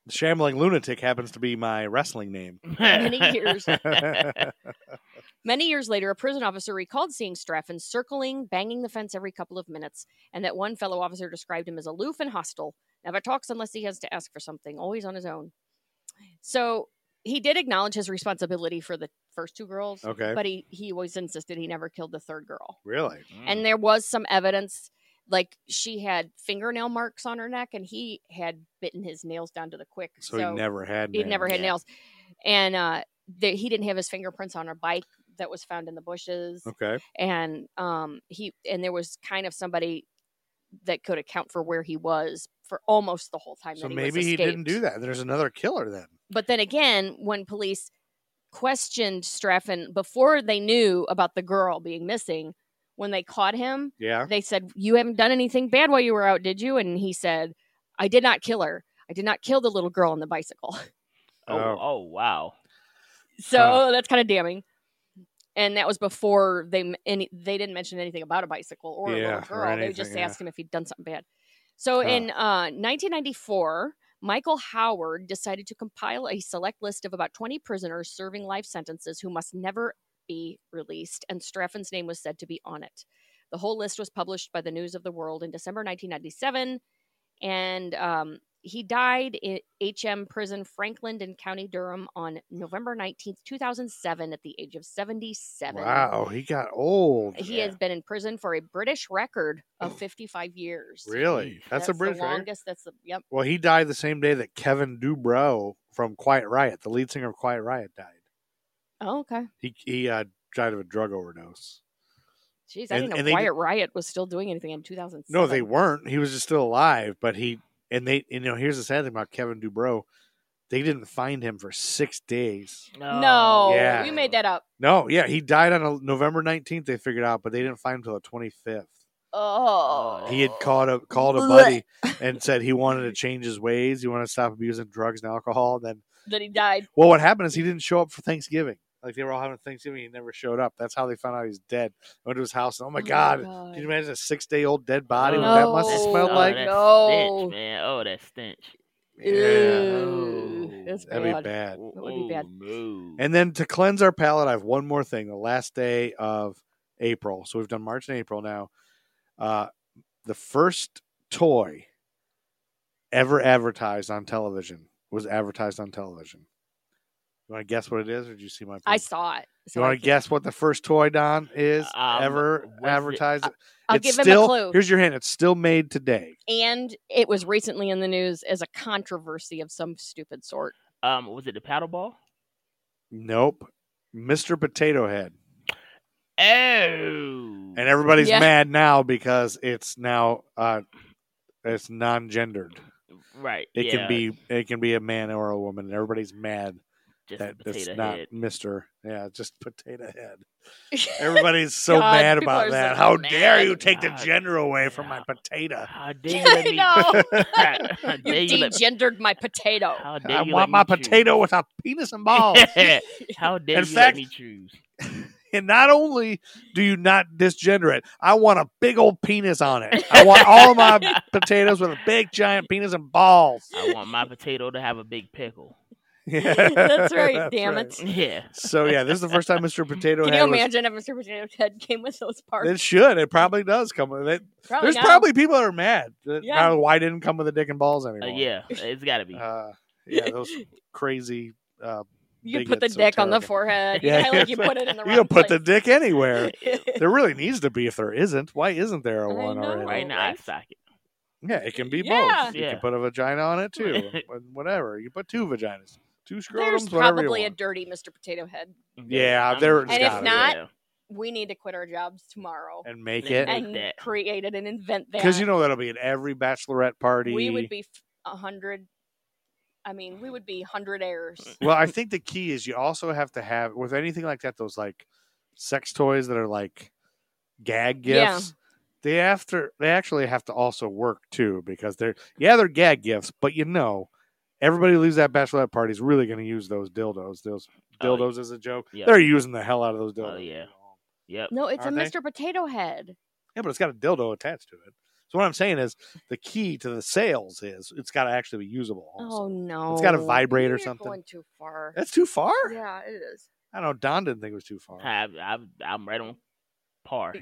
B: The Shambling Lunatic happens to be my wrestling name.
A: Many years.
B: That's
A: Many years later, a prison officer recalled seeing Straffen circling, banging the fence every couple of minutes, and that one fellow officer described him as aloof and hostile, never talks unless he has to ask for something, always on his own. So he did acknowledge his responsibility for the first two girls,
B: okay.
A: but he, he always insisted he never killed the third girl.
B: really?
A: And there was some evidence, like she had fingernail marks on her neck, and he had bitten his nails down to the quick.
B: So, he never had.
A: He never had
C: Yeah.
A: nails, and uh, the, he didn't have his fingerprints on a bike that was found in the bushes,
B: Okay.
A: and um, he and there was kind of somebody that could account for where he was for almost the whole time.
B: So
A: that he
B: maybe
A: was
B: he
A: escaped.
B: didn't do that. There's another killer then.
A: But then again, when police questioned Straffen before they knew about the girl being missing, when they caught him,
B: Yeah.
A: they said, You haven't done anything bad while you were out, did you? And he said, I did not kill her. I did not kill the little girl on the bicycle.
C: oh,
B: Oh.
C: oh, wow.
A: So
B: Huh.
A: that's kind of damning. And that was before they m- any, they didn't mention anything about a bicycle or a
B: Yeah,
A: little
B: or
A: girl. they just
B: anything, yeah.
A: asked him if he'd done something bad. So
B: Huh.
A: in uh, 1994, Michael Howard decided to compile a select list of about 20 prisoners serving life sentences who must never be released, and Straffan's name was said to be on it. The whole list was published by the News of the World in December 1997, and um, he died in HM Prison, Franklin in County Durham, on November 19th, 2007, at the age of 77.
B: Wow. He got old.
A: He has been in prison for a British record of 55 years.
B: Really?
C: Jeez.
B: That's, a British
A: the
B: right?
A: longest. That's the yep.
B: Well, he died the same day that Kevin Dubrow from Quiet Riot, the lead singer of Quiet Riot, died.
A: Oh, okay.
B: He he uh, died of a drug overdose.
A: Jeez,
B: And-
A: I didn't
B: and
A: know
B: they
A: Wyatt Riot was still doing anything in 2007.
B: No, they weren't. He was just still alive, but he and they. You know, here's the sad thing about Kevin Dubrow. They didn't find him for six days.
A: No,
B: Yeah.
A: you made that up.
B: No, yeah, he died on a, November nineteenth. They figured out, but they didn't find him till the twenty fifth.
A: Oh,
B: He had called a called a
A: Blech.
B: buddy and said he wanted to change his ways. He wanted to stop abusing drugs and alcohol. Then,
A: that he died.
B: well, what happened is he didn't show up for Thanksgiving. Like they were all having Thanksgiving, he never showed up. That's how they found out he's dead. I went to his house, and oh my god, Can you imagine a six day old dead body with that must have
A: No.
B: smelled
A: Oh,
B: like?
A: that-
C: that
A: No.
C: stench, man. Oh, that stench.
A: Ew, that's
B: That'd
A: bad.
B: be bad.
A: That would be bad.
C: Oh, no.
B: And then to cleanse our palate, I have one more thing. The last day of April. So we've done March and April now. Uh, the first toy ever advertised on television was advertised on television. You want to guess what it is, or did you see my?
A: I
B: point?
A: saw it. so
B: You
A: I
B: want to
A: can-
B: guess what the first toy Don is
C: Um,
B: ever
C: was it-
B: advertised?
A: I'll
B: It's
A: give him
B: still-
A: a clue.
B: Here's your hint. It's still made today.
A: And it was recently in the news as a controversy of some stupid sort.
C: Um, was it the paddle ball?
B: Nope. Mr. Potato Head.
C: Oh, and
B: And everybody's
A: Yeah.
B: mad now because it's now uh it's non-gendered.
C: right.
B: It
C: yeah,
B: can be it can be a man or a woman. And everybody's mad
C: just
B: that
C: a
B: it's
C: potato
B: not
C: head.
B: Mr. Yeah, just Potato Head. Everybody's so
A: God,
B: mad
A: people
B: about
A: are
B: that.
A: so
B: How dare
A: mad.
B: you take the
C: God.
B: gender away from my potato?
C: How dare you let me?
A: No.
C: How dare
A: you
C: you let-
A: degendered my potato.
C: How dare
B: I
C: you
B: want
C: let
B: my
C: me choose?
B: potato with a penis and balls.
C: How dare
B: In
C: you
B: fact-
C: let me choose?
B: and not only do you not disgender it, I want a big old penis on it. I want all my potatoes with a big giant penis and balls.
C: I want my potato to have a big pickle.
A: That's right, damn it.
C: Yeah.
B: So yeah, this is the first time Mr. Potato
A: Can
B: Head
A: you
B: was-
A: imagine if Mr. Potato Head came with those parts?
B: It should. It probably does come with it.
A: Probably
B: There's
A: not.
B: probably people that are mad. That
A: Yeah.
B: probably Why it didn't come with a dick and balls
C: Uh,
B: anymore?
C: yeah, it's got to be.
B: Uh, yeah, those crazy. Uh,
A: you put the
B: bigots are
A: dick on the
B: terrible.
A: forehead.
B: Yeah,
A: Kinda like you
B: it's-
A: put it in the
B: you
A: wrong
B: don't put the
A: place.
B: dick anywhere.
A: the
B: There really needs to be if there isn't. Why isn't there a
A: I
B: one
A: know.
B: already?
C: right in the eye
A: right?
C: socket.
B: Yeah, it can be
A: Yeah.
B: both. You
C: Yeah.
B: can put a vagina on it too. and whatever. You put two vaginas, two
A: There's
B: scrotums, whatever you
A: probably a
B: want.
A: dirty Mr. Potato Head.
B: Yeah,
C: I'm-
B: there- And
A: if not, We need to quit our jobs tomorrow
B: and make
C: Yeah.
B: it
A: and
C: that.
A: create it and invent that.
B: because you know that'll be at every bachelorette party.
A: we would be f- a hundred. I mean, we would be hundred heirs.
B: well, I think the key is you also have to have with anything like that those like sex toys that are like gag
A: Yeah.
B: gifts. They after they actually have to also work too because they're yeah they're gag gifts, but you know everybody who leaves that bachelorette party is really going to use those dildos. Those
C: Oh,
B: dildos as a joke.
C: yeah.
B: They're using the hell out of those dildos.
C: Oh, yeah. Yep.
A: No, it's
B: Aren't
A: a
B: they?
A: Mr. Potato Head.
B: Yeah, but it's got a dildo attached to it. So what I'm saying is the key to the sales is it's got to actually be usable. Also.
A: Oh no,
B: It's gotta vibrate or
A: You're
B: something.
A: Going too far.
B: That's too far.
A: yeah, it is.
B: I don't know. Don didn't think it was too far.
C: I, I, I'm right on par.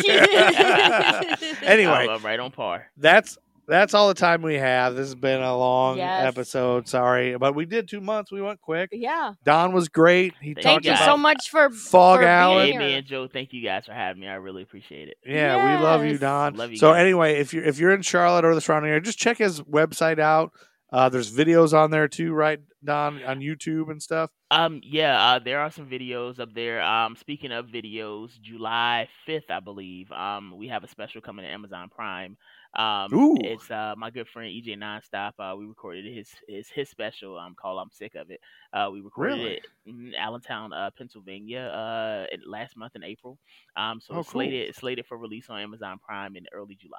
B: anyway,
C: I'm right on par.
B: that's that's all the time we have. This has been a long
A: Yes.
B: episode. Sorry, but we did two months. We went quick.
A: Yeah.
B: Don was great. He
C: Thank
A: Thank
B: talked
A: you
B: about
A: so much for
B: Fog
A: for
B: Alley.
A: Being
C: Amy
A: here.
C: and Joe, thank you guys for having me. I really appreciate it.
B: Yeah, we love you,
A: Yes.
B: Don.
C: Love you
B: so
C: guys.
B: anyway, if you're if you're in Charlotte or the surrounding area, just check his website out. Uh, there's videos on there too, right, Don, on YouTube and stuff.
C: Um, yeah, uh, there are some videos up there. Um, speaking of videos, July fifth, I believe, um, we have a special coming to Amazon Prime. Um,
B: Ooh.
C: it's uh my good friend EJ Nonstop. Uh, we recorded his his his special um called "I'm Sick of It." Uh, we recorded
B: Really?
C: it in Allentown, uh, Pennsylvania, uh, in- last month in April. Um, so
B: Oh,
C: it's
B: cool.
C: slated it's slated for release on Amazon Prime in early July.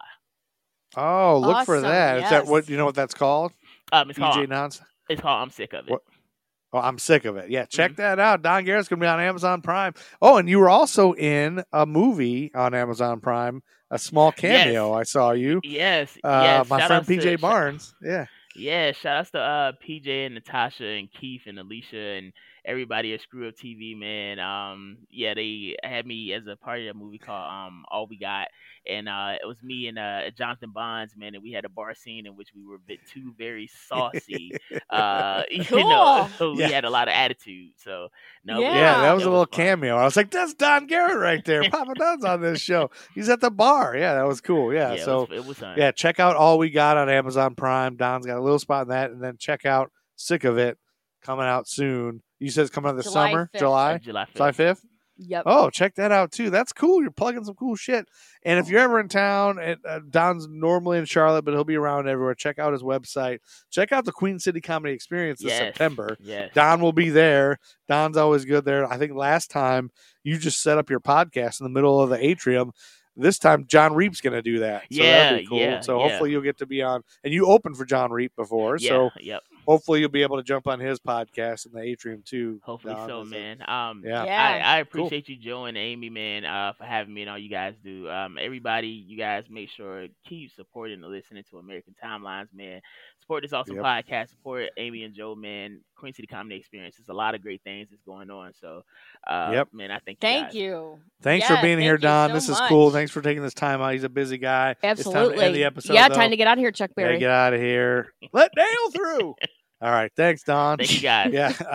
B: Oh, look for
A: Awesome,
B: that. Is that what
A: yes.
B: you know what that's called?
C: Um, it's
B: EJ
C: called
B: Nonce.
C: it's called "I'm Sick of It."
B: E What- Oh, I'm sick of it. Yeah, check
C: Mm-hmm.
B: that out. Don Garrett's gonna be on Amazon Prime. Oh, and you were also in a movie on Amazon Prime, a small cameo. I saw you.
C: Yes,
B: Uh,
C: yes.
B: my
C: shout
B: friend
C: outs to-
B: PJ
C: sh-
B: Barnes. Yeah.
C: Yeah, shout outs to uh, PJ and Natasha and Keith and Alicia and everybody at Screw Up TV, man. Um, yeah, they had me as a part of a movie called um, All We Got, and uh, it was me and uh, Jonathan Bonds, man, and we had a bar scene in which we were bit two very saucy. uh, you know,
A: Cool.
C: so we
B: Yeah.
C: had a lot of attitude. So no,
A: Yeah.
B: Yeah, that was a
C: That was
B: little
C: fun.
B: cameo. I was like, "That's Don Garrett right there. Papa Don's on this show. He's at the bar." Yeah, that was cool. Yeah,
C: it
B: so
C: was, it was fun.
B: yeah, check out all we got on Amazon Prime. Don's got a little spot in that, and then check out "Sick of It" coming out soon. You said it's coming out this
A: July
B: summer,
A: 5th.
C: Uh,
B: July,
C: July
B: July
C: fifth.
B: fifth.
A: Yep.
B: Oh, check that out too. That's cool. You're plugging some cool shit. And
C: Oh.
B: if you're ever in town, and, uh, Don's normally in Charlotte, but he'll be around everywhere. Check out his website. Check out the Queen City Comedy Experience this
C: Yes.
B: September.
C: Yes.
B: Don will be there. Don's always good there. I think last time you just set up your podcast in the middle of the atrium. This time John Reap's going to do that. So that'll be
C: Yeah,
B: cool.
C: yeah,
B: so
C: yeah.
B: hopefully you'll get to be on. And you opened for John Reap before,
C: Yeah,
B: so
C: yep.
B: hopefully you'll be able to jump on his podcast in the atrium too.
C: Hopefully
B: Don,
C: so,
B: is it-
C: man. Um,
B: Yeah.
A: Yeah.
C: I, I
B: Cool.
C: appreciate you, Joe and Amy, man, uh, for having me and all you guys do. Um, everybody, you guys make sure keep supporting and listening to American Timelines, man. Support this awesome
B: Yep.
C: podcast. Support Amy and Joe, man. Queen City Comedy Experience. There's a lot of great things that's going on. So, uh,
B: Yep.
C: man, I think
A: Thank you.
B: Thanks
A: Yeah,
B: for being
A: thank
B: here,
A: you
B: Don.
A: so
B: this is
A: much.
B: cool. Thanks for taking this time out. He's a busy guy.
A: Absolutely.
B: It's time to end the episode.
A: yeah,
B: though.
A: time to get out of here, Chuck
B: Yeah,
A: Berry.
B: get out of here. Let Dale through. All right. Thanks, Don.
C: Thank you guys.
B: Yeah.